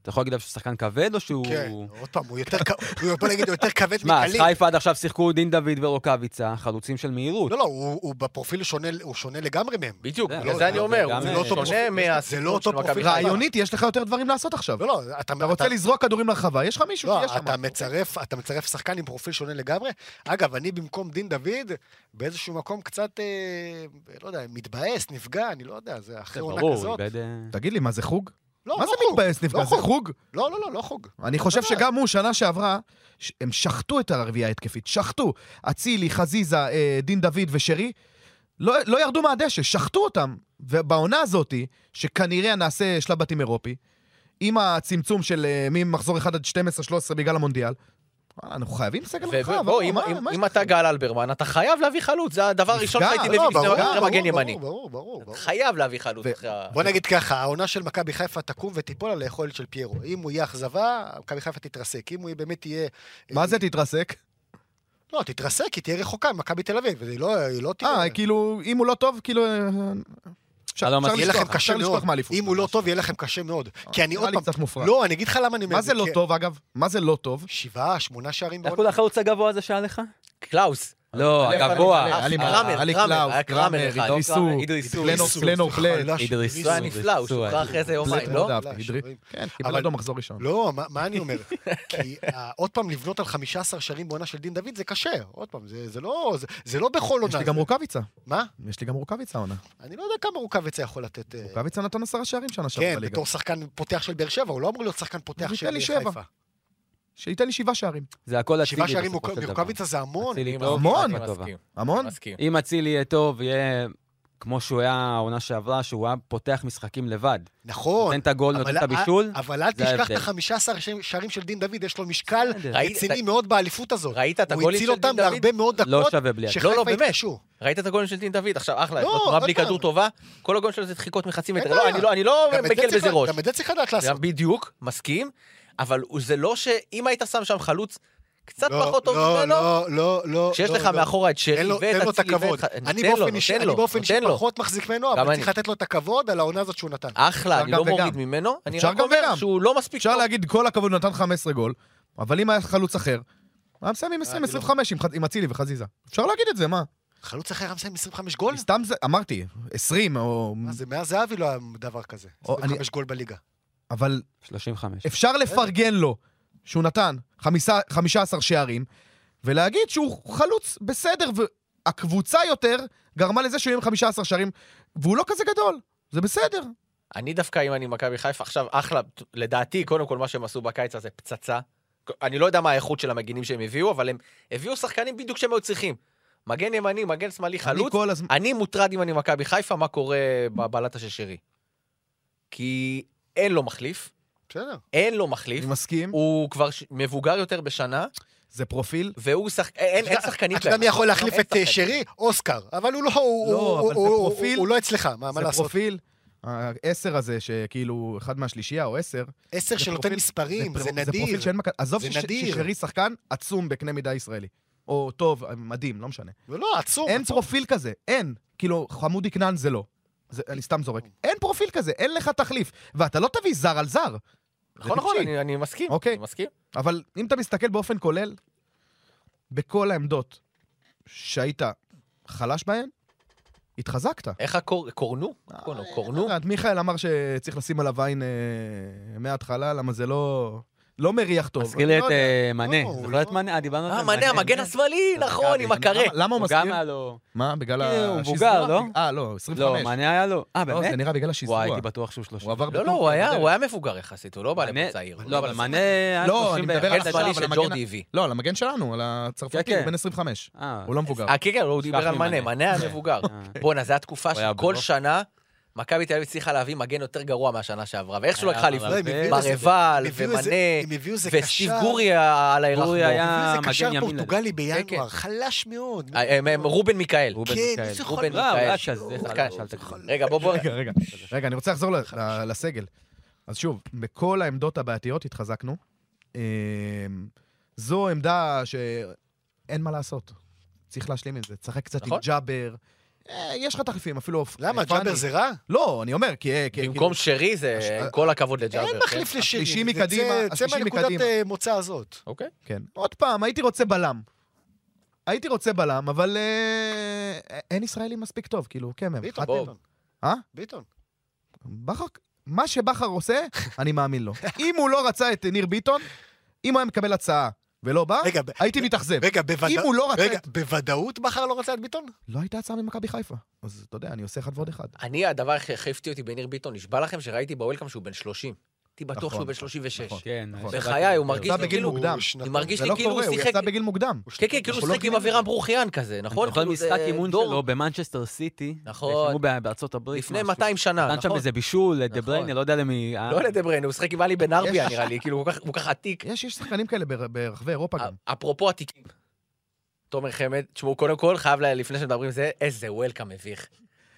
אתה יכול להגיד עליו שהוא שחקן כבד או שהוא... כן, עוד פעם, הוא יותר כ- הוא בוא נגיד, הוא יותר כבד שמע, אז מקליט. חיפה עד עכשיו שיחקו דין דוד ורוקאביצה, חלוצים של מהירות. לא, לא, הוא הוא בפרופיל שונה- הוא שונה לגמרי מהם. בדיוק, זה- בגלל לא, זה זה אני לא- אומר, גם- זה לא הוא אותו שונה פרופיל. זה לא מהסיפור אותו של מכבי פרופיל. חיפה. רעיונית, יש לך יותר דברים לעשות עכשיו. לא, לא, אתה... אתה רוצה לזרוק כדורים לרחבה, יש לך מישהו לא, שיש שם. כן. אתה מצרף, אתה מצרף שחקן עם פרופיל שונה לגמרי. אגב, אני במקום דין דוד, באיזשהו מקום קצת, אה, לא יודע, מתבאס, נפגע, אני לא יודע, זה זה אחרי עונה ברור, כזאת. איבד... אה, תגיד לי, מה זה חוג? לא, מה לא זה חוג. מתבאס נפגע? לא זה חוג. חוג? לא, לא, לא, לא חוג. אני חושב בוודאי. שגם הוא, שנה שעברה, ש- הם שחטו את הרביעייה ההתקפית, שחטו. אצילי, חזיזה, אה, דין דוד ושרי, לא, לא ירדו מהדשא, שחטו אותם. ובעונה הזאת, שכנראה נעשה שלב בתים אירופי, עם הצמצום של אה, ממחזור 1 עד 12-13 בגלל המונדיאל, וואלה, אנחנו חייבים סגל רחב. אה, ובוא, אם- אם- אם אתה גל אלברמן, אתה חייב להביא חלוץ, זה הדבר הראשון נפגע, שהייתי לא, מביא לפני ברור, אחרי מגן ימני. ברור, ברור, ברור. חייב להביא חלוץ ו- אחרי ה... בוא נגיד ככה, העונה של מכבי חיפה תקום ותיפול על היכולת של פיירו. אם הוא יהיה אכזבה, מכבי חיפה תתרסק. אם הוא יהיה- באמת יהיה... אה, מה זה תתרסק? לא, תתרסק, היא תהיה רחוקה ממכבי תל אביב, והיא לא- היא לא תהיה... אה, כאילו, אם הוא לא טוב, כאילו... אה, אפשר שלום, אפשר אז יהיה לכם לשכוח, אפשר קשה מאוד. לשכוח מאליפות. אם הוא לא טוב, יהיה לכם קשה מאוד. כי אני נראה עוד לי קצת פעם... מופרע. לא, אני אגיד לך למה אני אומר... מה את זה לא כי- טוב, אגב? מה זה לא טוב? שבעה, שמונה שערים איך בעונה. קוראים לחלוץ הגבוה הזה שהיה לך? אה, קלאוס. לא, הלב, הגבוה. הלב, הלב. היה קראמר, לי קראמר, היה לי קראמר, קלאוס, היה קראמר קראמר, אחד. אידריסו, לא, קראמר, אידריסו. פלנו- אידריסו, פלנו סליחה, פלט, לא, אידריס. זה היה נפלא, הוא שוחרר אחרי זה פלט יומיים, מאוד לא? אהבתי, לא, אידריס. שומעים. כן, קיבל אבל- אדום מחזור ראשון. לא, מה- מה אני אומר? כי אה, עוד פעם, לבנות על 15 שערים בעונה של דין דוד זה קשה. עוד פעם, זה זה לא זה- זה לא בכל יש עונה. לי גם רוקאביצה, מה? יש לי גם רוקאביצה עונה. אני לא יודע כמה רוקאביצה יכול לתת... אה, רוקאביצה נתן עשרה שערים שנה שעברה כן, בליגה. בתור שחקן פותח של באר שבע, הוא לא אמור להיות שחקן פותח הוא ייתן של לי שבע. חיפה. שייתן לי שבעה שערים. זה הכל אצילי שבעה שערים בסופו של דבר. מרוקאביצה זה המון. אצילי עם טוב, המון. טובה. מסכים, המון? מסכים. אם אצילי יהיה טוב, יהיה כמו שהוא היה העונה שעברה, שהוא היה פותח משחקים לבד. נכון. נותן את הגול, אבל נותן את אל- הבישול. אבל אל זה תשכח ההבדל. את ה-15 שערים של דין דוד, יש לו משקל בסדר. ראית- רציני מאוד באליפות הזאת. ראית את הוא הגולים של הציל דין אותם דוד? להרבה מאוד לא דקות, שווה בלי אצילי. לא, שחיפה באמת. התקשו. ראית את הגולים של דין דוד? עכשיו, אחלה, לא, לא תנועה עוד בלי פעם. כדור טובה, כל הגולים שלו זה דחיקות מחצי מטר. אין לא, בעיה. אני לא- אני לא גם את זה מקל צריך- בזה ראש. גם את זה צריך לדעת לעשות. גם בדיוק, מסכים, אבל הוא- זה לא שאם היית שם שם חלוץ קצת לא, פחות טוב לא, ממנו, לא, לא, לא. שיש לא, לך לא. מאחורה את שרי תן לו- ואת תן לו את אצילי הכבוד. ואת- אני תן לו, באופן אישי- נותן אני לו, באופן אישי לא- נותן לו. פחות מחזיק ממנו, גם אבל אני. צריך לתת לו את הכבוד על העונה הזאת שהוא נתן. אחלה, אפשר אני גם לא מוריד וגם. ממנו, אני אפשר רק גם אומר וגם. שהוא לא מספיק אפשר טוב. להגיד, כל הכבוד, הוא נתן 15 גול, אבל אם היה חלוץ אחר, הוא היה מסיים עם אה, 20, 25 עם ח- עם אצילי וחזיזה. אפשר להגיד את זה, מה? חלוץ אחר היה מסיים 25 גול? סתם זה, אמרתי, 20 או... אז זה מאז זהבי לא היה דבר כזה. או, אני- 25 גול בליגה. אבל 35. אפשר לפרגן לו שהוא נתן חמישה- 15 שערים, ולהגיד שהוא חלוץ בסדר, והקבוצה יותר גרמה לזה שהוא יהיה עם 15 שערים, והוא לא כזה גדול, זה בסדר. אני דווקא, אם אני מכבי חיפה, עכשיו אחלה, לדעתי, קודם כל מה שהם עשו בקיץ הזה פצצה. אני לא יודע מה האיכות של המגינים שהם הביאו, אבל הם הביאו שחקנים בדיוק שהם היו צריכים. מגן ימני, מגן שמאלי, אני חלוץ. כל הזמן... אני מוטרד אם אני מכבי חיפה, מה קורה בבלטה של שרי. כי אין לו מחליף, בסדר. אין לו מחליף, אני מסכים, הוא כבר ש- מבוגר יותר בשנה, זה פרופיל. והוא שחק... אין אין שחקנים אתה יודע מי יכול להחליף לא, אין את אה, שחקנים. שרי? אוסקר. אבל הוא לא, הוא- לא, הוא- אבל זה הוא- פרופיל. הוא לא אצלך, מה מה זה לעשות? פרופיל, העשר הזה, שכאילו, אחד מהשלישייה או עשר, עשר זה שנותן פרופיל- מספרים, פר- זה זה פרופיל נדיר. שאין מכ... עזוב זה שש- נדיר. ששרי שחקן עצום בקנה מידה ישראלי. או טוב, מדהים, לא משנה. לא, עצום. אין פרופיל כזה, אין. כאילו, חמודי כנען זה לא. זה, אני סתם זורק. אין פרופיל כזה, אין לך תחליף. ואתה לא תביא זר על זר. נכון, זה נכון, טיפשי. אני- אני מסכים. אוקיי. אני מסכים. אבל אם אתה מסתכל באופן כולל, בכל העמדות שהיית חלש בהן, התחזקת. איך הקור... קורנו? אה, קורנו, קורנו? את מיכאל אמר שצריך לשים עליו עין אה, מההתחלה, למה זה לא... לא מריח טוב. מזכיר אני לי לא את יודע. אה, מנה. לא, זוכר את לא. מנה? אה, דיברנו על אה, זה. מנה, המגן השמאלי, נכון, עם הקרה. למה- למה הוא הוא מזכיר? גם היה לו... מה, בגלל אה, הוא השיזרוע? מבוגר, לא? אה, לא, 25. לא, מנה היה לו... לא, אה, באמת? זה נראה בגלל השיזרוע. וואי, הייתי בטוח שהוא 30. הוא עבר לא, בטוח לא, הוא היה- בדרך. הוא היה מבוגר יחסית, הוא לא בא לפה מנה- צעיר. הוא לא, אבל מנה היה לא, אני מדבר על 31. המגן השמאלי עכשיו, אבל שג'ורדי המגן- הביא. לא, על המגן שלנו, על כן, הצרפתי, כן. הוא בן 25. אה, הוא לא מבוגר. אה, כן, כן, הוא דיבר על מנה, ממנה. מנה היה מבוגר. אה. בואנה, זו התקופה הוא היה שכל בלוף. שנה מכבי תל אביב הצליחה להביא מגן יותר גרוע מהשנה שעברה, ואיכשהו היה לקחה אה, אבל- לפני. לא, הם הביאו איזה- ברבל, הם הביאו איזה- הם ומנה, הביאו איזה וסטיב קשר- גורי על הירחבור. גורי היה- הביאו איזה מגן קשר ימין פורטוגלי כן. אה, בינואר, חלש מאוד. רובן מיכאל. רובן כן, מיכאל. איזה רובן לא, הוא היה מיכאל. כזה שחקן. חלש, אל תגזים. רגע, בוא, בוא. כן, רגע, רגע, רגע, אני רוצה לחזור ל- ל- לסגל. אז שוב, בכל העמדות הבעייתיות התחזקנו. אמ, זו עמדה שאין מה לעשות. צריך להשלים עם זה. תשחק קצת עם נכון. ג'אבר, אה, יש לך תחליפים, אפילו... אופ- למה, אה, פאני. ג'אבר זה רע? לא, אני אומר, כי... אה, כי- במקום כי- שרי זה, הש- עם כל הכבוד לג'אבר. כן. אין כן? מחליף לשירי. השלישי זה- אה, מקדימה, צא- צא השלישי מהנקודת מקדימה. אה, מוצא הזאת. אוקיי. כן. עוד פעם, הייתי רוצה בלם. הייתי רוצה בלם, אבל אה, אין ישראלי מספיק טוב, כאילו, כן, הם. ביטון, חתם- ביטון. אה? ביטון. בכר, מה שבכר עושה, אני מאמין לו. אם הוא לא רצה את ניר ביטון, אם הוא היה מקבל הצעה ולא בא, רגע, ב- הייתי מתאכזב. רגע, אם בוודאות... הוא לא רצה רגע, את... בוודאות בכר לא רצה את ביטון? לא הייתה הצעה ממכבי חיפה. אז אתה יודע, אני עושה אחד ועוד אחד. אני, הדבר הכי הכי הפתיע אותי בניר ביטון, נשבע לכם שראיתי בוולקאם שהוא בן 30. הייתי בטוח נכון, שהוא בן 36. נכון. כן. נכון. בחיי, הוא מרגיש הוא לי בגיל כאילו... מוקדם. הוא שנתון. אני מרגיש זה לי לא כאילו הוא קורה, הוא שיחק... יצא בגיל מוקדם. כן, כן, כאילו אנחנו הוא לא שיחק עם מבינים את אבירם זה. ברוכיאן כזה, נכון? כאילו, אני זוכר זה משחק אימון דור שלו במנצ'סטר סיטי. נכון. שילמו בארצות הברית. לפני משהו. 200 שנה, נתן שם נכון? איזה בישול, דה נכון. בריינה, לא יודע למי... אה? לא לדבריינה, הוא שיחק עם עלי בן ארביה, יש- נראה לי, כאילו, הוא כל כך- הוא כל כך עתיק. יש, יש שחקנים כאלה בר- ברחבי אירופה גם. אפרופו עתיקים. תומר חמד, תשמעו, קודם כל, חייב, ל- לפני שמדברים זה, איזה וולקאם מביך.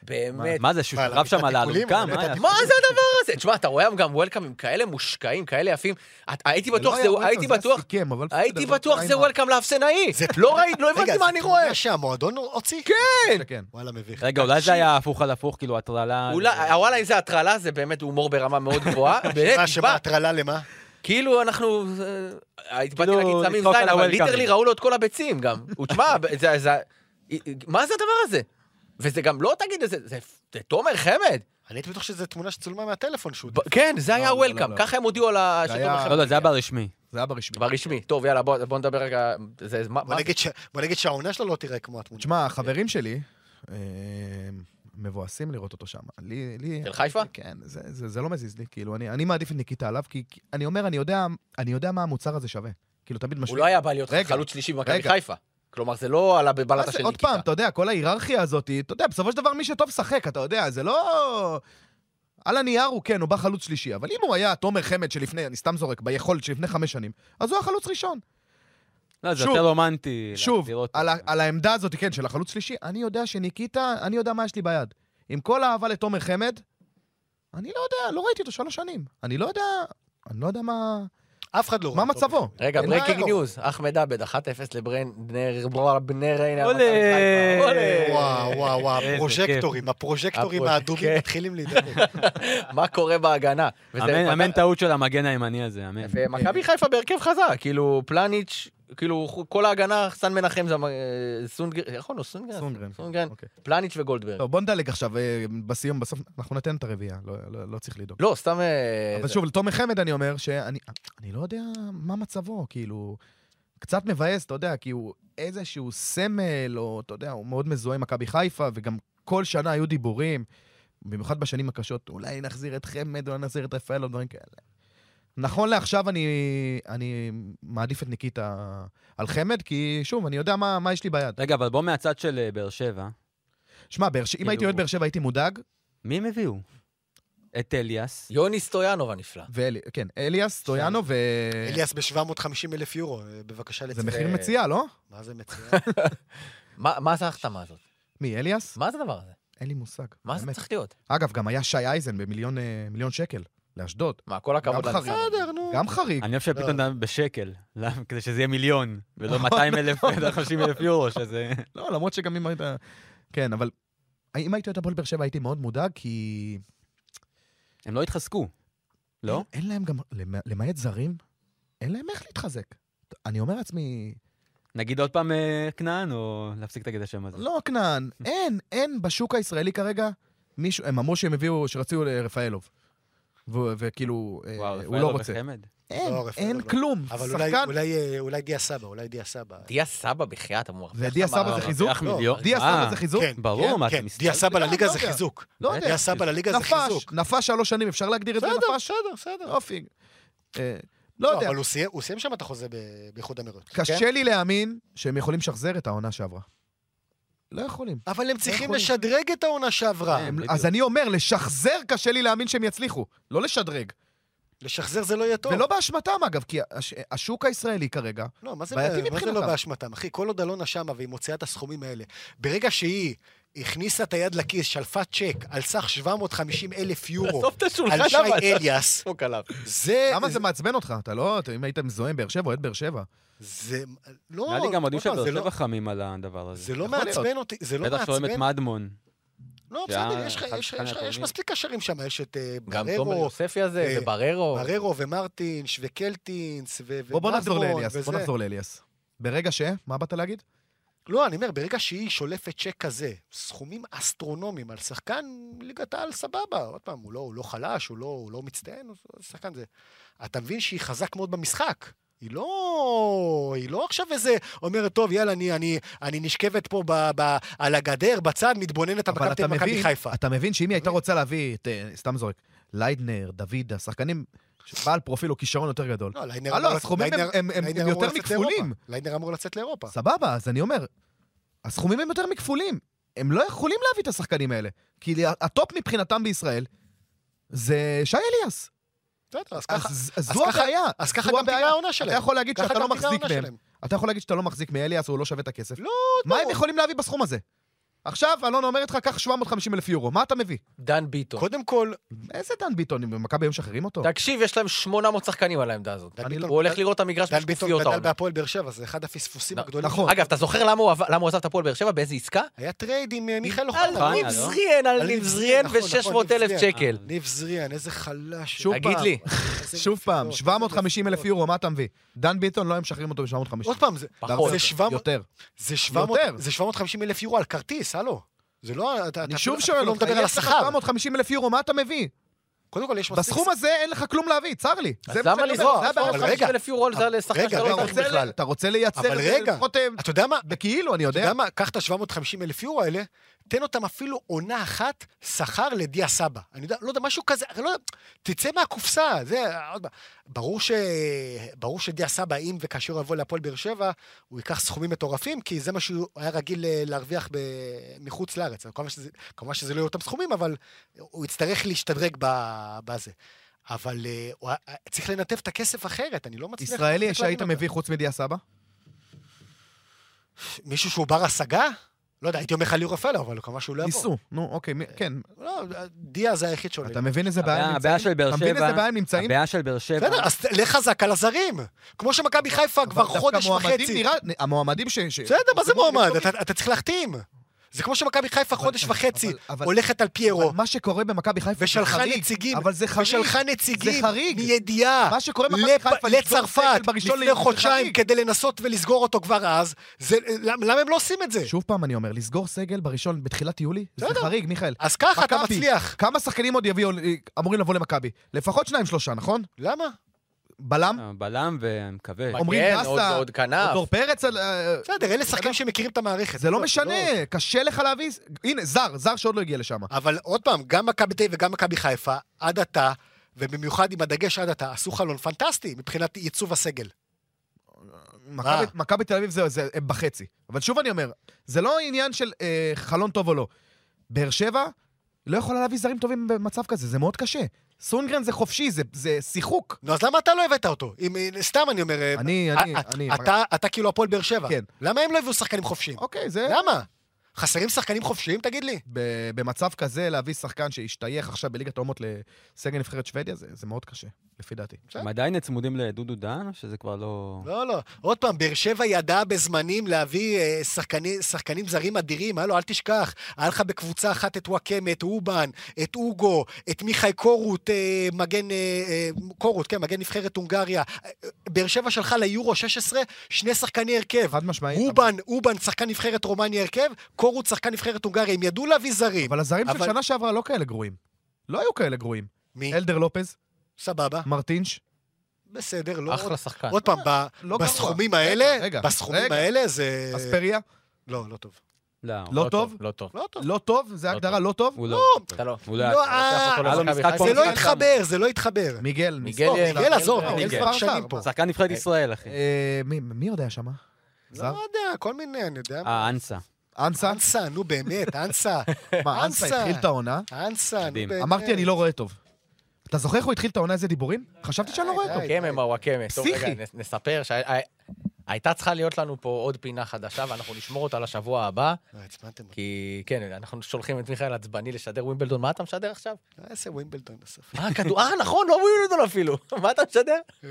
מה- באמת. מה זה, שהוא מה, רב שם על התיקולים? האלונקה? באמת, מה היה? מה זה הדבר הזה? תשמע, אתה רואה גם וולקאמים כאלה מושקעים, כאלה יפים. את- הייתי זה לא בטוח, היה זה- וולקאם, הייתי זה היה בטוח, סיכם, אבל בסדר, הייתי לא בטוח קרה זה עם וולקאם לאפסנאי. לא ראיתי, לא הבנתי מה אני רואה. רגע, זה שהמועדון הוציא? אה, ה- כן. וואלה, מביך. רגע, אולי זה היה הפוך על הפוך, כאילו, הטרלה... אולי, אה, הוואלה, אם זה הטרלה, זה באמת הומור ברמה מאוד גבוהה. אה, באמת, מה, נשבע. שמה, הטרלה למה? כאילו אנחנו, אה, הייתי באתי כאילו, להגיד סמים לצחוק זין, על אבל ה-welcoming. ליטרלי ראו לו את כל הביצים גם. הוא, תשמע, זה, זה, מה זה הדבר הזה? וזה גם לא, תגיד, זה, זה, זה תומר חמד. אני הייתי בטוח שזו תמונה שצולמה מהטלפון שהוא... ב- כן, זה היה לא, לא, הוולקאם, לא. ככה הם הודיעו על ה... זה שתומר היה- חמד לא, לא, זה היה הגיע. ברשמי. זה היה ברשמי. ברשמי. טוב, יאללה, בוא בוא נדבר רגע... זה, מה- בוא מה- נגיד ש- בוא נגיד שהעונה שלו לא תיראה כמו התמונה. תשמע, החברים שלי אה, מבואסים לראות אותו שם. לי... לי- של חיפה? כן, זה- זה זה לא מזיז לי. כאילו, אני אני מעדיף את ניקיטה עליו, כי כי אני אומר, אני יודע- אני יודע מה המוצר הזה שווה. כאילו, תמיד הוא משווים. לא היה בא להיות רגע, חלוץ שלישי במכבי רגע. חיפה. כלומר, זה לא עלה מה בבלטה זה, של עוד ניקיטה. פעם, אתה יודע, כל ההיררכיה הזאת, אתה יודע, בסופו של דבר מי שטוב שחק, אתה יודע, זה לא... על הנייר הוא כן, הוא בא חלוץ שלישי, אבל אם הוא היה תומר חמד שלפני, אני סתם זורק, ביכולת שלפני חמש שנים, אז הוא היה חלוץ ראשון. לא, זה שוב, יותר רומנטי. שוב, להגדיר אותו. על, ה- על העמדה הזאת, כן, של החלוץ שלישי, אני יודע שניקיטה, אני יודע מה יש לי ביד. עם כל האהבה לתומר חמד, אני לא יודע, לא ראיתי אותו שלוש שנים. אני לא יודע, אני לא יודע מה... אף אחד לא רואה מה אותו. מצבו? רגע, אין ברייקינג בעיה. ניוז, אחמד עבד, 1-0 לברן, בנר, בוא, בנר, הנה, עולה. מכבי חיפה. עולה. אה, וואו, וואו, וואו, איזה הפרוז'קטורים, הפרוז'קטורים הפרוז- האדומים כן. מתחילים להידבק. מה קורה בהגנה. וזה- אמן- אמן טעות של המגן הימני הזה, אמן. ומכבי חיפה בהרכב חזק, כאילו פלניץ', כאילו כל ההגנה, חסן מנחם, זה, אה, סונגרן, איך קוראים לו? סונגרן? סונגרן. סונגרן, אוקיי. פלניץ' וגולדברג. טוב, בוא נדלג עכשיו, אה, בסיום, בסוף, אנחנו ניתן את הרביעייה, לא- לא לא צריך לדאוג. לא, סתם... אה, אבל זה- שוב, לתומר חמד אני אומר שאני אני לא יודע מה מצבו, כאילו... קצת מבאס, אתה יודע, כי הוא איזשהו סמל, או אתה יודע, הוא מאוד מזוהה עם מכבי חיפה, וגם כל שנה היו דיבורים, במיוחד בשנים הקשות, אולי נחזיר את חמד, אולי נחזיר את רפאל, או דברים כאלה. נכון לעכשיו אני, אני מעדיף את ניקיטה על חמד, כי שוב, אני יודע מה, מה יש לי ביד. רגע, אבל בוא מהצד של אה, באר שבע. שמע, באר ש- אם הייתי כאילו- אוהד באר שבע הייתי מודאג, מי הם הביאו? את אליאס. יוני סטויאנוב הנפלא. ואלי, כן, אליאס, טויאנו, ו... אליאס ב-750 אלף יורו, אה, בבקשה זה לציין. מחיר אה, מציאה, לא? מה זה מציע? מה מה זה ההחתמה הזאת? מי, אליאס? מה זה הדבר הזה? אין לי מושג. מה זה באמת. צריך להיות? אגב, גם היה שי אייזן במיליון אה, מיליון שקל, לאשדוד. מה, כל הכבוד. גם לניסיון. חריג. בסדר, נו. גם חריג. אני אוהב שפתאום לא. דן בשקל, למה? כדי שזה יהיה מיליון, ולא 200 אלף, 50 אלף יורו, שזה... לא, למרות שגם אם היית... כן, אבל אם הייתי את הפועל באר שבע הייתי מאוד מודאג, כי... הם לא התחזקו, לא? אין- אין להם גם... למע- למעט זרים, אין להם איך להתחזק. אני אומר לעצמי, נגיד עוד פעם אה, כנען, או להפסיק להגיד את השם הזה? לא, כנען, אין, אין בשוק הישראלי כרגע מישהו... הם אמרו שהם הביאו, שרצו לרפאלוב. ו- וכאילו, אה, הוא לא רפאלוב רוצה. וחמד. אין, לא, רפאלוב אין לא. כלום. אבל אולי- שחקן... אולי, אה, אולי דיה סבא, אולי דיה סבא. דיה סבא בחייאת אמור. ודיה סבא לא, זה חיזוק? לוקח לא, מיליון. דיה סבא אה, זה חיזוק? כן, ברור, כן, מה, אתה כן, מסתכל? דיה סבא לא, לליגה לא זה יודע. חיזוק. לא יודע. דיה סבא לליגה זה נפש, חיזוק. נפש שלוש שנים, אפשר להגדיר את זה בסדר, נפש? בסדר, בסדר. יופי. אה, לא יודע, אבל הוא סיים- הוא סיים שם את החוזה ב- באיחוד האמירויות. כן? קשה לי להאמין שהם יכולים לשחזר את העונה שעברה. לא יכולים. אבל הם צריכים יכולים. לשדרג את העונה שעברה. הם- אז אני אומר, לשחזר קשה לי להאמין שהם יצליחו, לא לשדרג. לשחזר זה לא יהיה טוב. ולא באשמתם, אגב, כי הש- השוק הישראלי כרגע, לא, מה זה, בעייתי בעיה, מה זה לא מבחינתם. באשמתם, אחי? כל עוד אלונה שמה והיא מוציאה את הסכומים האלה, ברגע שהיא הכניסה את היד לכיס, שלפה צ'ק על סך 750 אלף יורו עזוב את השולחן, על שי למה? אליאס, צחוק עליו. זה... למה זה מעצבן אותך? אתה לא, אתה- אם היית מזוהה עם באר שבע, אוהד באר שבע. זה... לא... נראה לי גם אוהדים עוד פעם, של באר זה לא- שבע חמים על הדבר הזה. זה לא יכול להיות. מעצבן אותי, זה לא בטח שרואים את מעצבן. מדמון. לא, שהיה בסדר, יש לך- אחד יש לך- השחקנים יש לך- יש הטובים. מספיק קשרים שם, יש את אה, גם תומר בררו, יוספי הזה, אה, ובררו. בררו ומרטינש וקלטינס ו- בוא בוא נחזור ומזרון לאליאס, בוא וזה. נחזור לאליאס. ברגע ש... מה באת להגיד? לא, אני אומר, ברגע שהיא שולפת צ'ק כזה, סכומים אסטרונומיים על שחקן ליגת העל, סבבה. עוד פעם, הוא לא, הוא לא חלש, הוא לא, הוא לא מצטיין, הוא שחקן זה. אתה מבין שהיא חזק מאוד במשחק. היא לא, היא לא עכשיו איזה, אומרת, טוב, יאללה, אני, אני, אני נשכבת פה ב, ב, על הגדר, בצד, מתבוננת על אבל מכבי אתה תל אביב, מכבי מבין, חיפה. אתה מבין שאם היא הייתה רוצה להביא את, אה, סתם זורק, ליידנר, דוידה, שחקנים בעל פרופיל או כישרון יותר גדול. לא, ליינר אה, לא, אמור לצאת- הסכומים הם- ליינר- הם- הם ליינר הם אמור יותר לצאת מכפולים. לאירופה. ליינר אמור לצאת לאירופה. סבבה, אז אני אומר, הסכומים הם יותר מכפולים. הם לא יכולים להביא את השחקנים האלה. כי הטופ מבחינתם בישראל זה שי אליאס. בסדר, אז ככה- אז אז אז זו ככה- הבעיה. אז ככה זו גם תראה הבעיה. העונה אתה שלהם. יכול להגיד ככה שאתה גם לא תראה מחזיק העונה מהם. שלהם. אתה יכול להגיד שאתה לא מחזיק מאליאס, הוא לא שווה את הכסף. לא, מה הם ברור. יכולים להביא בסכום הזה? עכשיו, אלונה אומרת לך, קח 750 אלף יורו, מה אתה מביא? דן ביטון. קודם כל, איזה דן ביטון, אם מכבי היו משחררים אותו? תקשיב, יש להם 800 שחקנים על העמדה הזאת. דן אני ביטון- הוא הולך לראות את המגרש דן ביטון בשקופיות גדל העונה. בהפועל באר שבע, זה אחד הפספוסים נ- הגדולים. נכון. שלו. אגב, אתה זוכר למה הוא עב- למה הוא עזב את הפועל באר שבע? באיזה עסקה? היה טרייד עם אה, מיכאל על אוחנה. אוחנה, ניב לא? זריאן, על על ניב ניב זריאן זריאן, נכון, נכון, ו-600 אלף ניב זריאן. שקל. ניב זריאן, איזה חלש. שוב תגיד פעם. לי, איזה לא, שוב פעם, נפילות, 750 אלף איזה יורו, מה אתה מביא? דן ביטון, לא היו משחררים אותו ב-750. עוד פעם, זה- פחות. זה 700 יותר. זה 700 יותר. זה 750 אלף יורו על כרטיס, הלו. זה לא... אתה- אתה אני אפילו- שוב אתה שואל אפילו לא אותך, מדבר על יש לך השכר. 750 אלף יורו, מה אתה מביא? קודם כל, יש מספיק... בסכום הזה אין לך כלום להביא, צר לי. אז זה מה למה שאני אומר, לזרוק? זה הבעיה אבל שלך. רגע, אה, 50 אלף יורו על זה לשחקן רגע, שאתה אתה לא רגע, צריך רוצה- בכלל. אתה רוצה לייצר אבל את זה רגע, לפחות, אה, אתה יודע מה? בכאילו, אני אתה יודע. יודע מה? קח את ה-750 אלף יורו האלה, תן אותם אפילו עונה אחת שכר לדיה סבא. אני יודע, לא יודע, משהו כזה, אני לא יודע, תצא מהקופסה, זה... עוד פעם, ברור, ש... ברור שדיה סבא, אם וכאשר הוא יבוא להפועל באר שבע, הוא ייקח סכומים מטורפים, כי זה מה שהוא היה רגיל אה, להרוויח ב... מחוץ לארץ. כמובן שזה, כמובן שזה לא יהיו אותם סכומים, אבל הוא יצטרך להשתדרג ב... בזה. אבל אה, הוא היה- צריך לנתב את הכסף אחרת, אני לא מצליח... ישראלי מצליח שהיית להבין אותה. מביא חוץ מדיה סבא? מישהו שהוא בר השגה? לא יודע, הייתי אומר לך ליאור רפאלו, אבל כמובן שהוא לא יבוא. ניסו, נו, אוקיי, מי- כן. לא, דיה זה היחיד שעולה. אתה מבין איזה בעיה הבעיה- הם הבעיה נמצאים? של באר אתה מבין שבע- איזה בעיה הם נמצאים? הבעיה של באר שבע, בסדר, אז לך חזק על הזרים. כמו שמכבי חיפה כבר אבל דווקא חודש המועמדים וחצי. נראה- המועמדים ש... ש- בסדר, מה זה הוקמו- מועמד? אתה- אתה צריך להחתים. זה כמו שמכבי חיפה חודש אבל- וחצי אבל- הולכת על פיירו, אבל מה שקורה במכבי חיפה זה ושלחה חריג, נציגים, אבל זה חריג. ושלחה נציגים זה חריג. מידיעה מה שקורה במכבי לפ- חיפה, לסגור לצרפת סגל בראשון לפני ליולי, זה חודשיים חריג. כדי לנסות ולסגור אותו כבר אז, זה- למ- למה הם לא עושים את זה? שוב פעם אני אומר, לסגור סגל בראשון, בתחילת יולי, זה בסדר. חריג, מיכאל. אז ככה אתה מכבי, מצליח. כמה שחקנים עוד יביאו, אמורים לבוא למכבי? לפחות שניים שלושה, נכון? למה? בלם? אה, בלם ומקווה. מגן, עומרי כן, עוד- דסה, עוד כנף. דור פרץ? על- אה, בסדר, אלה שחקנים שמכירים את המערכת. זה לא לא. משנה, קשה לך להביא... הנה, זר, זר שעוד לא הגיע לשם. אבל עוד פעם, גם מכבי תל אביב וגם מכבי חיפה, עד עתה, ובמיוחד עם הדגש עד עתה, עשו חלון פנטסטי מבחינת ייצוב הסגל. אה. מכבי- מכבי תל אביב זה- זה הם בחצי. אבל שוב אני אומר, זה לא עניין של אה, חלון טוב או לא. באר שבע לא יכולה להביא זרים טובים במצב כזה, זה מאוד קשה. סונגרן זה חופשי, זה- זה שיחוק. נו, אז למה אתה לא הבאת אותו? אם, סתם אני אומר... אה, אני, אה, אני, אה, אני... אתה, אתה כאילו הפועל באר שבע. כן. למה הם לא הביאו שחקנים חופשיים? אוקיי, זה... למה? חסרים שחקנים חופשיים, תגיד לי? ב- במצב כזה להביא שחקן שהשתייך עכשיו בליגת האומות לסגל נבחרת שוודיה, זה זה מאוד קשה, לפי דעתי. הם עדיין צמודים לדודו דן, או שזה כבר לא... לא, לא. עוד פעם, באר שבע ידעה בזמנים להביא אה, שחקני, שחקנים זרים אדירים. הלו, אל תשכח. היה לך בקבוצה אחת את וואקמה, את אובן, את אוגו, את מיכאי קורות, אה, מגן... אה, אה, קורות, כן, מגן נבחרת הונגריה. אה, אה, באר שבע שלחה ליורו 16 שני שחקני הרכב. חד משמעית. אובן, אובן, שחקן נבחרת רומניה הרכב, קורות, שחקן נבחרת הונגריה. הם ידעו להביא זרים. אבל הזרים של אבל- שנה שעברה לא כאלה גרועים. לא היו כאלה גרועים. מי? אלדר לופז, סבבה. מרטינש, בסדר, לא... אחלה שחקן. עוד פעם, ב- לא גרוע. בסכומים רגע, האלה, רגע, בסכומים רגע. האלה זה... אספריה, לא, לא טוב. לא, לא טוב. לא טוב. לא טוב. לא טוב, זה הגדרה לא טוב. הוא לא. אתה לא. הוא לא היה לא, טוב. אה, אתה לוקח אותו למכבי חיפה. כן, זה היה לו משחק כל לא משחק. התחבר, זה לא התחבר. מיגל, מיגל, מספור, מיגל, סתם. עזוב, לא, מיגל מיגל כבר שר, שנים פה. שר. שחקן כן. נבחרת ישראל, אחי. אה, מי- מי עוד היה שם? לא זר? יודע, כל מיני, אני יודע. אה, אנסה. אנסה? אנסה, נו באמת, אנסה. מה, אנסה אנסה. התחיל את העונה? אנסה, נו מדהים. באמת. לא- אמרתי, אני לא רואה טוב. אתה זוכר איך הוא התחיל את העונה איזה דיבורים? חשבתי שאני לא רואה אותו. די. הקמא מהו הקמא. כן, טוב, רגע, פסיכי. נס- נספר שהייתה צריכה להיות לנו פה עוד פינה חדשה, ואנחנו נשמור אותה לשבוע הבא, אה, עצבנתם אותי. כי כן, אנחנו שולחים את מיכאל עצבני לשדר ווימבלדון. מה אתה משדר עכשיו? לא אעשה ווימבלדון בסוף. אה, כדור... אה, נכון, לא ווימבלדון אפילו. מה אתה משדר? אה,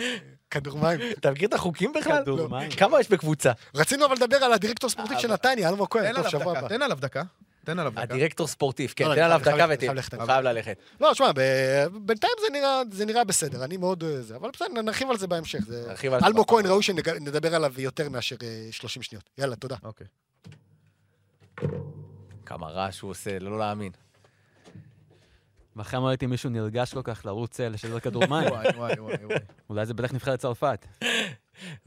אה, כדור מים. אתה מכיר את החוקים בכלל? כדור לא. מים. כמה יש בקבוצה? רצינו אבל לדבר על הדירקטור ספורטיב של נתניה, אלמוג תן כהן, עליו טוב, שבוע דקה, הבא. תן עליו דקה. תן עליו דקה. הדירקטור ספורטיב, כן, לא, תן אני עליו חייב- דקה אני ותהיה. חייב ללכת. הוא חייב ללכת. לא, שמע, ב- בינתיים זה נראה- זה נראה בסדר, אני מאוד... אה, זה, אבל בסדר, נרחיב על זה בהמשך. זה- נרחיב על זה אלמוג בהמשך. כהן ראוי שנדבר עליו יותר מאשר אה, 30 שניות. יאללה, תודה. אוקיי. כמה רעש הוא עושה, לא להאמין. ואחרי לא ראיתי מישהו נרגש כל כך לרוץ אה, לשדר כדור מים. וואי, וואי, וואי. וואי. אולי זה בטח נבחרת צרפת.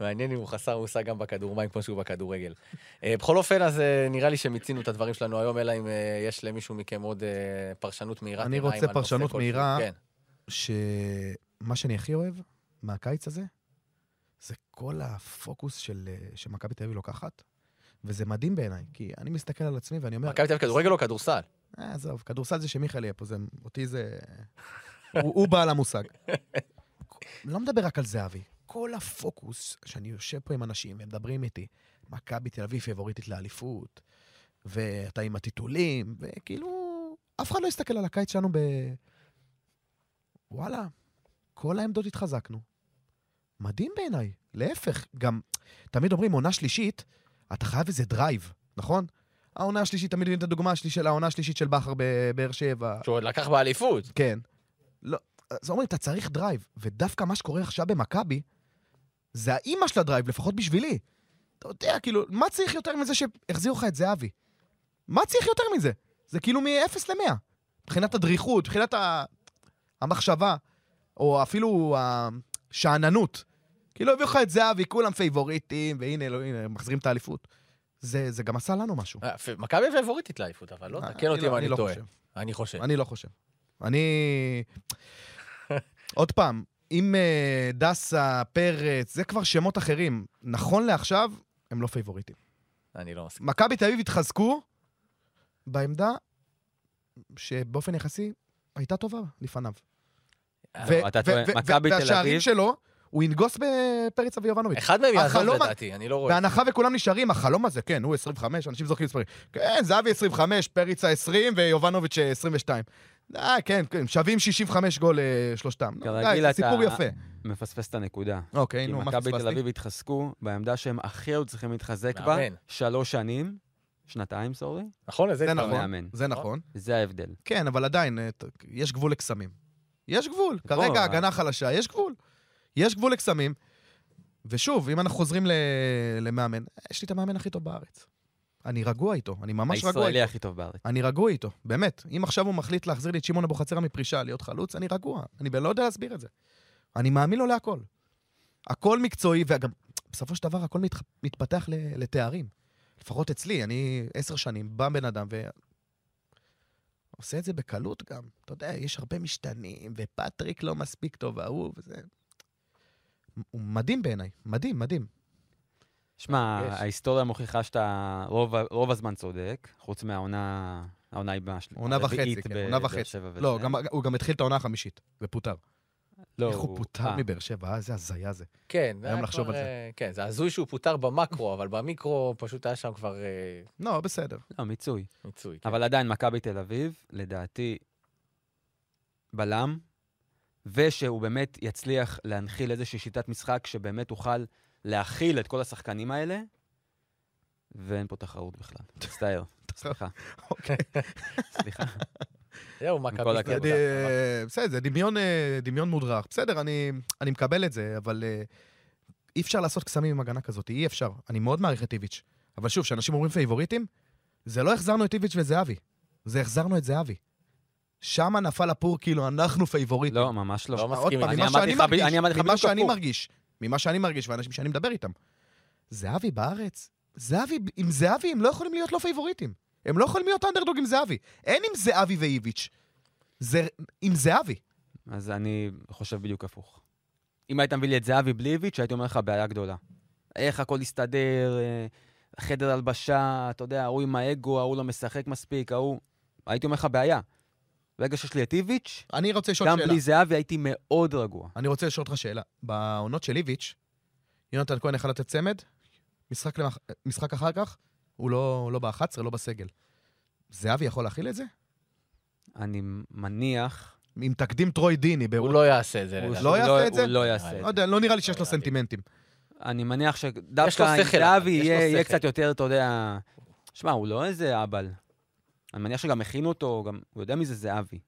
מעניין אם הוא חסר מושג גם בכדור מים כמו שהוא בכדורגל. אה, בכל אופן, אז אה, נראה לי שמיצינו את הדברים שלנו היום, אלא אם אה, יש למישהו מכם עוד אה, פרשנות מהירה. אני תיראה רוצה עם הנושא פרשנות כלשהו. מהירה. כן. שמה שאני הכי אוהב מהקיץ הזה, זה כל הפוקוס של, אה, שמכבי תל אביב לוקחת, וזה מדהים בעיניי, כי אני מסתכל על עצמי ואני אומר, מכבי תל אביב כדורגל או כדורסל? אה, עזוב, כדורסל זה שמיכאל יהיה פה, זה, אותי זה... הוא, הוא בעל המושג. אני לא מדבר רק על זהבי. כל הפוקוס, שאני יושב פה עם אנשים והם מדברים איתי, מכבי תל אביב פבוריטית לאליפות, ואתה עם הטיטולים, וכאילו, אף אחד לא הסתכל על הקיץ שלנו ב... וואלה, כל העמדות התחזקנו. מדהים בעיניי. להפך, גם תמיד אומרים עונה שלישית, אתה חייב איזה דרייב, נכון? העונה השלישית, תמיד מביאים את הדוגמה השלישית של העונה השלישית של בכר בבאר שבע. שהוא עוד לקח באליפות. כן. לא, אז אומרים, אתה צריך דרייב, ודווקא מה שקורה עכשיו במכבי, זה האימא של הדרייב, לפחות בשבילי. אתה יודע, כאילו, מה צריך יותר מזה שהחזירו לך את זהבי? מה צריך יותר מזה? זה כאילו מ-0 ל-100. מבחינת הדריכות, מבחינת ה... המחשבה, או אפילו השאננות. כאילו, הביאו לך את זהבי, כולם פייבוריטים, והנה, לא, הנה, מחזירים את האליפות. זה, זה גם עשה לנו משהו. אה, פ- מכבי פייבוריטית לאליפות, אבל לא, אה, תקן אותי לא- אם אני לא טועה. חושב. אני חושב. כן. אני לא חושב. אני... עוד פעם, אם אה, דסה, פרץ, זה כבר שמות אחרים. נכון לעכשיו, הם לא פייבוריטים. אני לא מסכים. מכבי תל אביב התחזקו בעמדה שבאופן יחסי הייתה טובה לפניו. ו- אתה ו- טועה, ו- מכבי ו- תל והשערים אביב- שלו, הוא ינגוס בפרץ אביובנוביץ'. אחד מהם יעזוב החלום ה- לדעתי, אני לא רואה. בהנחה וכולם נשארים, החלום הזה, כן, הוא 25, אנשים זוכרים מספרים. כן, זהבי 25, פריצה 20 ויובנוביץ' 22. אה, כן, כן, שווים 65 גול אה, שלושתם. נו, כרגיל די, אתה- סיפור יפה. מפספס את הנקודה. אוקיי, כי נו, מה מכבי תל פספסתי? אביב התחזקו בעמדה שהם הכי היו צריכים להתחזק בה, מאמן. שלוש שנים, שנתיים, סורי, נכון, לזה זה התכוונתי. נכון, מאמן. זה נכון. זה ההבדל. כן, אבל עדיין, אה, ת- יש גבול לקסמים. יש גבול. בוא, כרגע אה. הגנה חלשה, יש גבול. יש גבול לקסמים. ושוב, אם אנחנו חוזרים ל- למאמן, אה, יש לי את המאמן הכי טוב בארץ. אני רגוע איתו, אני ממש רגוע איתו. הישראלי הכי טוב בארץ. אני רגוע איתו, באמת. אם עכשיו הוא מחליט להחזיר לי את שמעון אבוחצירא מפרישה, להיות חלוץ, אני רגוע. אני לא יודע להסביר את זה. אני מאמין לו להכל. הכל מקצועי, וגם בסופו של דבר הכל מת, מתפתח ל, לתארים. לפחות אצלי, אני עשר שנים, בא בן אדם ו... עושה את זה בקלות גם. אתה יודע, יש הרבה משתנים, ופטריק לא מספיק טוב, ההוא וזה. הוא מדהים בעיניי, מדהים, מדהים. שמע, יש. ההיסטוריה מוכיחה שאתה רוב ה- רוב הזמן צודק, חוץ מהעונה... העונה היא בש- עונה וחצי, הרביעית כן, ב- עונה באר וחצי. שבע וזה. לא, גם, הוא גם התחיל את העונה החמישית, ופוטר. לא, איך הוא פוטר אה, מבאר שבע, אה, איזה הזיה זה. כן, זה היום היה לחשוב כבר, על זה. אה, כן, זה הזוי שהוא פוטר במקרו, אבל במיקרו פשוט היה שם כבר אה, לא, בסדר. לא, מיצוי. מיצוי. כן. אבל עדיין, מכבי תל אביב, לדעתי, בלם, ושהוא באמת יצליח להנחיל איזושהי שיטת משחק שבאמת תוכל להכיל את כל השחקנים האלה, ואין פה תחרות בכלל. מצטער, סליחה. אוקיי. סליחה. זהו, כל מכבי. הכבוד. תודה. אה, בסדר, זה דמיון, אה, דמיון מודרך. בסדר, אני, אני מקבל את זה, אבל אה, אי אפשר לעשות קסמים עם הגנה כזאת, אי אפשר. אני מאוד מעריך את איביץ'. אבל שוב, כשאנשים אומרים פייבוריטים, זה לא החזרנו את איביץ' וזהבי, זה החזרנו את זהבי. שם נפל הפור, כאילו, אנחנו פייבוריטים. לא, ממש לא לא. עוד מסכים פעם, איתך. אני ממה אמרתי שאני מרגיש, ממה שאני לך ב- אני אמרתי לך בדיוק הפוך. מרגיש, ממה שאני מרגיש, ואנשים שאני מדבר איתם. זהבי בארץ, זהבי, עם זהבי הם לא יכולים להיות לא פייבוריטים. הם לא יכולים להיות אנדרדוג עם זהבי. אין עם זהבי ואיביץ'. זה עם זהבי. אז אני חושב בדיוק הפוך. אם היית מביא לי את זהבי בלי איביץ', הייתי אומר לך בעיה גדולה. איך הכל הסתדר, אה, חדר הלבשה, אתה יודע, ההוא עם האגו, ההוא לא משחק מספיק, ההוא... הייתי אומר לך בעיה. ברגע שיש לי את איביץ', אני רוצה לשאול גם שאלה. בלי זהבי הייתי מאוד רגוע. אני רוצה לשאול אותך שאלה. בעונות של איביץ', יונתן כהן יכל לתת צמד, משחק, למח... משחק אחר כך, הוא לא, הוא לא ב-11, לא בסגל. זהבי יכול להכיל את זה? אני מניח... עם תקדים טרוי דיני, הוא באירופה. לא יעשה את זה, הוא לדעתי. לא יעשה את זה? הוא לא יעשה את זה. לא יודע, לא נראה לי שיש לו סנטימנטים. אני מניח יש לו שדווקא אם שכל, אבל, זהבי יש לו יהיה יהיה שכל. קצת יותר, אתה יודע... שמע, הוא לא איזה אבל. אני מניח שגם הכינו אותו, גם... הוא יודע מי זה זהבי.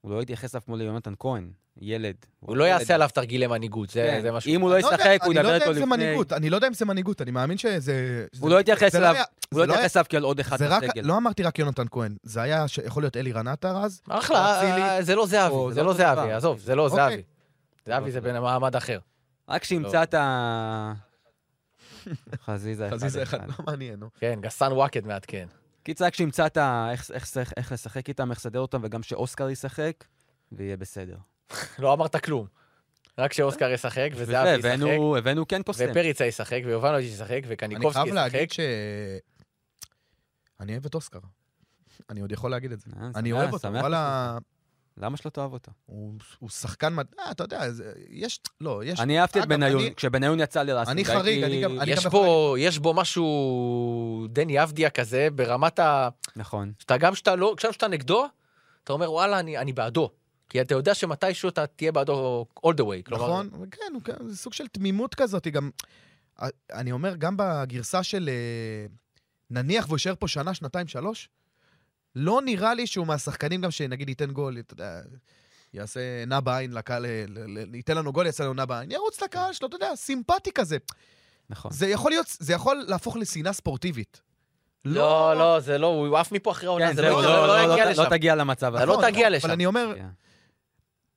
הוא לא יתייחס אף כמו ליונתן כהן, ילד. הוא לא ילד. כן. יעשה עליו תרגילי מנהיגות, זה כן, זה משהו. אם הוא לא אני לא יודע- ישחק, הוא ידבר אני לא איתו יודע אם זה לפני. מנהיגות, אני לא יודע אם זה מנהיגות, אני מאמין שזה... הוא זה- לא יתייחס זה לא אליו, היה- הוא לא זה לא יתייחס אליו כעל עוד אחד זה רק, בסגל. לא אמרתי רק יונתן כהן, זה היה, ש... יכול להיות אלירן עטר אז, אה, אחלה, אצילי. זה לא או, זהבי, זה זה לא אותו זהבי, דבר. עזוב, זה לא אוקיי. זהבי. זהבי זה אוקיי. במעמד אחר. רק שימצא את ה... חזיזה אחד. חזיזה אחד, לא מעניין, נו. כן, גסן וואקד מעדכן. קיצר, רק שימצא את ה... איך- איך- איך- איך לשחק איתם, איך לסדר אותם, וגם שאוסקר ישחק, ויהיה בסדר. לא אמרת כלום. רק שאוסקר ישחק, וזהבי יפה, ישחק, הבאנו- הבאנו כן קוסם. ופריצה ישחק, ויובנוביץ' ישחק, אני וקניקובסקי חייב ישחק. להגיד ש... אני אוהב את אוסקר. אני עוד יכול להגיד את זה. אה, אני שמח- אוהב אותו, שמח וואלה, בשבילך. למה שלא תאהב אותו? הוא הוא שחקן... מד- אה, אתה יודע, זה- יש... לא, יש... אני אהבתי את אגב, בניון, אני- כשבניון יצא לי לעשות... אני חריג, אני גם- יש יכול בו- יש בו משהו דני אבדיה כזה, ברמת ה... נכון. שאתה גם שאתה לא, עכשיו שאתה נגדו, אתה אומר, וואלה, אני, אני בעדו. כי אתה יודע שמתישהו אתה תהיה בעדו all the way. כלומר, נכון? כן, הוא כ- זה סוג של תמימות כזאת, היא גם... אה, אני אומר, גם בגרסה של אה, נניח והוא יישאר פה שנה, שנתיים, שלוש, לא נראה לי שהוא מהשחקנים גם שנגיד ייתן גול, אתה יודע, יעשה נע בעין לקהל, אה, ל- ל- ייתן לנו גול, יעשה לנו נע בעין, ירוץ לקהל שלו, אתה יודע, סימפטי כזה. נכון. זה יכול להיות, זה יכול להפוך לשנאה ספורטיבית. לא, לא, זה לא, הוא עף מפה אחרי העונה, כן, זה זהו, לא, לא- זה לא לא- יגיע לא- לשם. לא תגיע למצב אתה הזה. לא נכון, תגיע לשם. אבל אני אומר, כן.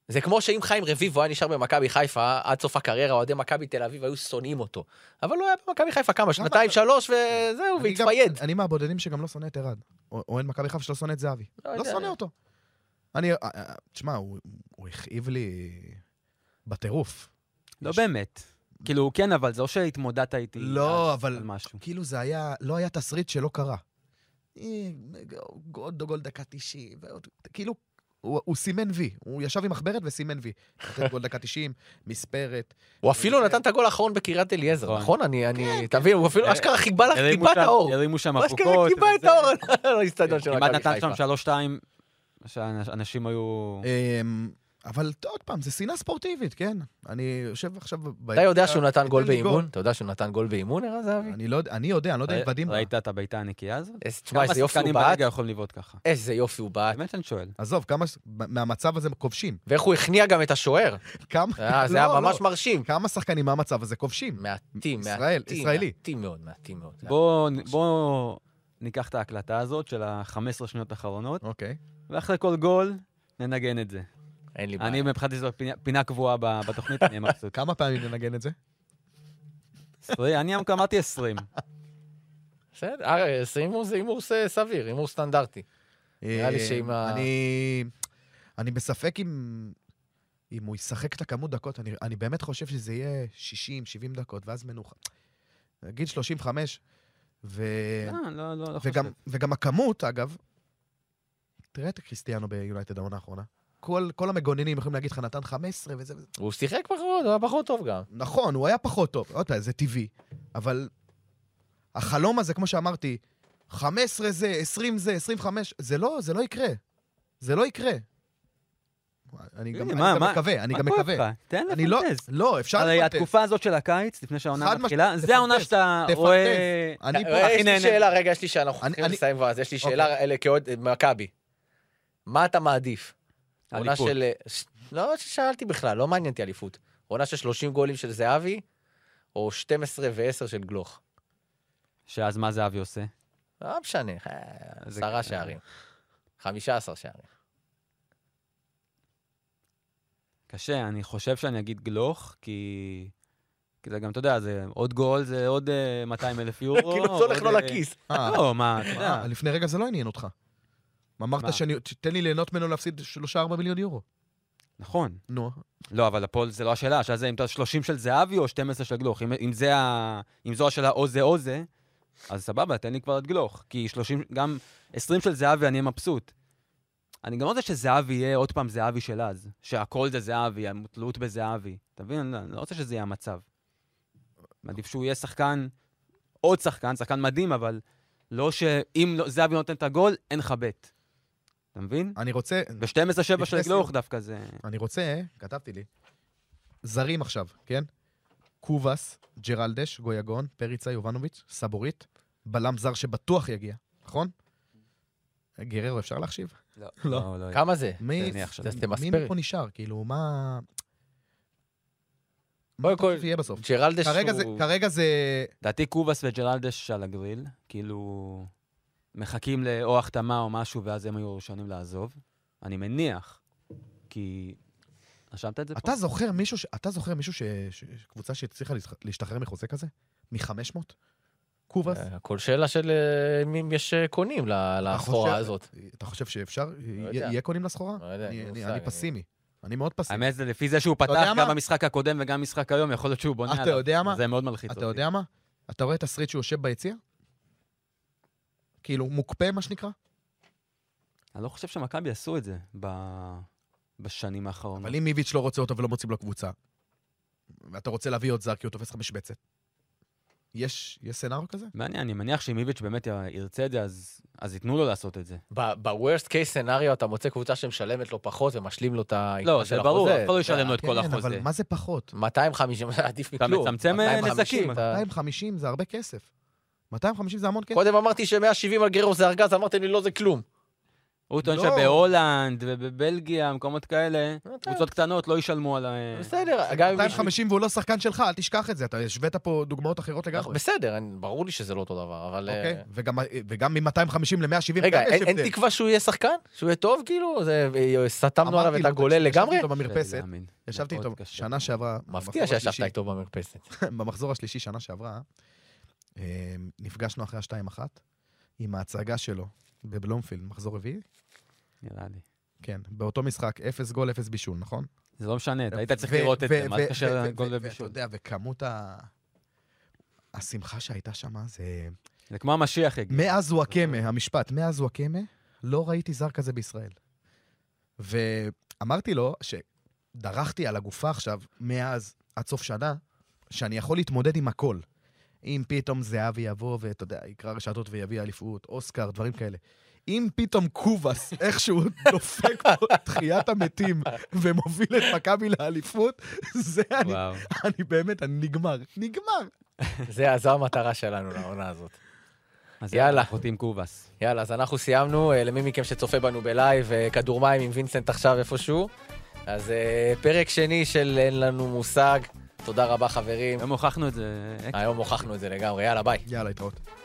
זה כמו שאם חיים רביבו היה נשאר במכבי חיפה, עד סוף הקריירה, אוהדי מכבי תל אביב היו שונאים אותו. אבל הוא היה במכבי חיפה כמה, שנתיים, שלוש, וזהו, אני גם- והתפייד. אני מהבודדים שגם לא שונא את ערד. או- אוהד מכבי חיפה שלא שונא את זהבי. לא לא יודע. שונא אותו. אני, אה, אה, תשמע, הוא הוא הכאיב לי בטירוף. לא באמת. כאילו, כן, אבל זה או שהתמודדת איתי. לא, על- אבל- על משהו. כאילו זה היה, לא היה תסריט שלא קרה. אה, עוד גול דקה 90, ועוד- כאילו, הוא הוא סימן וי. הוא ישב עם מחברת וסימן וי. לתת גול דקה 90, מספרת. הוא אפילו נתן את הגול האחרון בקריית אליעזר, כן. נכון. נכון? אני, אני, תבין, הוא אפילו אה, אשכרה חיבה לך הרימו טיפה את שם- האור. הרימו שם הוא אבוקות. אשכרה טיפה את וזה. האור על האיצטדיון של כמעט מכבי נתן שם חיפה. אה, 3-2, שאנשים היו... אמ, אבל ת- עוד פעם, זה שנאה ספורטיבית, כן? אני יושב עכשיו... אתה יודע ביציע, שהוא נתן ניתן גול לי באימון? אתה יודע שהוא נתן גול באימון, ערן אה, זהבי? אני לא יודע, אני יודע, אני לא יודע אם ראי- ודים... ראית את הבעיטה הנקייה הזאת? איזה- אה, תשמע, איזה יופי הוא כמה בעט, שחקנים ברגע יכולים לבעוט ככה? איזה יופי הוא בעט, באמת שאני שואל. עזוב, כמה... ש- מהמצב הזה כובשים. ואיך הוא הכניע גם את השוער. כמה... אה, זה לא, היה לא. ממש מרשים. כמה שחקנים מהמצב הזה כובשים? מעטים, ישראל, מעטים, ישראלי. מעטים מאוד, מעטים מאוד. בואו בוא ניקח את ההקלטה הזאת של ה-15 שניות האחרונות, אוקיי. ואחרי כל גול ננגן את זה. אין לי בעיה. אני מבחינתי זו פינה- פינה קבועה ב- בתוכנית, אני אמרתי זאת. כמה פעמים ננגן את זה? אני אמרתי 20. בסדר, אה, זה הימור זה הימור ס- סביר, הימור סטנדרטי. נראה לי אה, שעם ה- אני... אני בספק אם... אם הוא ישחק את הכמות דקות, אני, אני באמת חושב שזה יהיה 60-70 דקות, ואז מנוחה. נגיד 35, ו... אה, לא, לא, לא לא חושב. כן. וגם, וגם הכמות, אגב, תראה את קריסטיאנו ביונייטד העונה האחרונה. כל, כל המגוננים יכולים להגיד לך, נתן 15 וזה וזה. הוא שיחק פחות, הוא היה פחות טוב גם. נכון, הוא היה פחות טוב, לא יודע, זה טבעי, אבל החלום הזה, כמו שאמרתי, 15 זה, 20 זה, 25, זה לא, זה לא יקרה. זה לא יקרה. אני גם, הנה, אני מה- גם מה- מקווה, אני מה גם כואב מקווה. לך? תן אני לא, לפנטז. לא, אפשר הרי לפנטז. התקופה הזאת של הקיץ, לפני חד שהעונה משמעית, מתחילה, תפנטז, זה העונה שאתה תפנטז. רואה... אני פה, אה, הכי יש לי נהנה. שאלה, רגע, יש לי שאלה, אנחנו אני- צריכים אני- לסיים כבר, אז יש לי אוקיי. שאלה אלה, כאוהד מכבי. מה אתה מעדיף? עונה אליפות. של... ש- לא ששאלתי בכלל, לא מעניין אותי אליפות. עונה של 30 גולים של זהבי, או 12 ו-10 של גלוך. שאז מה זהבי עושה? לא משנה, אה, זה- עשרה שערים. 15 שערים. קשה, אני חושב שאני אגיד גלוך, כי... כי זה גם, אתה יודע, זה עוד גול, זה עוד 200 אלף יורו. כאילו זה הולך לו עוד, אה, לכיס. אה, לא, מה, אתה יודע. אה, לפני רגע זה לא עניין אותך. אמרת מה? שאני, תן לי ליהנות ממנו להפסיד 3-4 מיליון יורו. נכון. נו, לא, אבל הפועל זה לא השאלה, השאלה זה אם אתה 30 של זהבי או 12 של גלוך. אם, אם, זה ה... אם זו השאלה או זה או זה, אז סבבה, תן לי כבר את גלוך. כי 30, גם 20 של זהבי אני אהיה מבסוט. אני גם לא רוצה שזהבי יהיה עוד פעם זהבי של אז, שהכל זה זהבי, התלות בזהבי. אתה מבין? אני לא- אני לא רוצה שזה יהיה המצב. מעדיף שהוא יהיה שחקן, עוד שחקן, שחקן מדהים, אבל לא שאם לא, זהבי לא נותן את הגול, אין לך בית. אתה מבין? אני רוצה, ב-12-7 של לפני גלוך דווקא זה... אני רוצה, כתבתי לי, זרים עכשיו, כן? קובאס, ג'רלדש, גויגון, פריצה, יובנוביץ', סבורית, בלם זר שבטוח יגיע, נכון? גררו אפשר להחשיב? לא. לא, לא. כמה זה? מי תניח שזה עשיתם מי מספרת. מפה נשאר? כאילו, מה... קודם מה אתה חושב כל, שיהיה בסוף? ג'רלדש כרגע זה- הוא... כרגע זה... לדעתי קובאס וג'רלדש על הגריל, כאילו מחכים לאו החתמה או משהו, ואז הם היו הראשונים לעזוב. אני מניח, כי... רשמת את זה פה? אתה זוכר מישהו, ש- אתה זוכר מישהו ש... ש... קבוצה שהצליחה להשתח- להשתחרר מחוזה כזה? מ-500? קובאס? אה, כל שאלה של אה, אם יש אה, קונים ל- לסחורה חושב- הזאת. אתה חושב שאפשר? לא יודע. יהיה יהיה קונים לסחורה? לא יודע, אני- אין לי אני- מושג, אני אני- פסימי. אני מאוד פסימי. האמת, זה לפי זה שהוא יודע פתח מה? גם במשחק הקודם וגם במשחק היום, יכול להיות שהוא בונה אתה עליו. יודע מה? זה מאוד מלחיץ אותי. אתה יודע מה? אתה רואה את הסריט שהוא יושב ביציע? כאילו, מוקפא, מה שנקרא? אני לא חושב שמכבי עשו את זה ב- בשנים האחרונות. אבל אם איביץ' לא רוצה אותו ולא מוצאים לו קבוצה, ואתה רוצה להביא עוד זר כי הוא תופס לך משבצת, יש יש סצנריו כזה? מעניין, אני מניח שאם איביץ' באמת ירצה את זה, אז אז ייתנו לו לעשות את זה. אה, ב-worst case scenario אתה מוצא קבוצה שמשלמת לו פחות ומשלים לו את ה... לא, זה אה, של ברור, החוזה. אף אחד לא ישלם לו את כל כן, החוזה. אבל מה זה פחות? 250, עדיף אתה מכלום. מצמצם, אה, 250, נזקים. אתה- 250 זה הרבה כסף. 250 זה המון כסף. קודם אמרתי ש-170 על גרו זה ארגז, אמרתם לי לא זה כלום. הוא טוען לא. שבהולנד ובבלגיה, מקומות כאלה, אתה- קבוצות קטנות לא ישלמו על ה... בסדר, גם אם... 250 והוא לא שחקן שלך, אל תשכח את זה. אתה השווית פה דוגמאות אחרות לגמרי. בסדר, אני- ברור לי שזה לא אותו דבר, אבל... אה, אוקיי? וגם- וגם מ-250 ל-170. רגע, אין- אין תקווה שהוא יהיה שחקן? שהוא יהיה טוב, כאילו? זה- אה, סתמנו עליו את הגולל לגמרי? ישבתי איתו קשה לי במרפסת, אה, להאמין. ישבתי מאוד איתו קשה. שנה שעברה. מפתיע במחזור שישבת השלישי- איתו במרפסת. במחזור השלישי שנה שעברה, אה, נפגשנו אחרי השתיים אחת, עם ההצגה שלו בבלומפילד, מחזור רביעי. נראה לי. כן, באותו משחק, אפס גול, אפס בישול, נכון? זה לא משנה, אתה היית צריך ו- לראות את ו- זה, מה ו- זה קשר ו- לגול ו- ואתה ובישול? יודע, וכמות ה... השמחה שהייתה שם, זה... זה כמו המשיח יגיד. מאז הוא הקמא, המשפט, מאז הוא הקמא, לא ראיתי זר כזה בישראל. ואמרתי לו שדרכתי על הגופה עכשיו, מאז עד סוף שנה, שאני יכול להתמודד עם הכל. אם פתאום זהבי יבוא ואתה יודע, יקרא רשתות ויביא אליפות, אוסקר, דברים כאלה. אם פתאום קובאס איכשהו דופק פה את תחיית המתים ומוביל את מכבי לאליפות, זה אני, וואו. אני באמת, אני נגמר. נגמר. זה, אז זו המטרה שלנו לעונה הזאת. אז יאללה. יאללה. אחותי עם קובאס. יאללה, אז אנחנו סיימנו. אה, למי מכם שצופה בנו בלייב, אה, כדור מים עם וינסנט עכשיו איפשהו. אז אה, פרק שני של אין לנו מושג. תודה רבה, חברים. היום הוכחנו את זה. היום הוכחנו את זה לגמרי. יאללה, ביי. יאללה, התראות.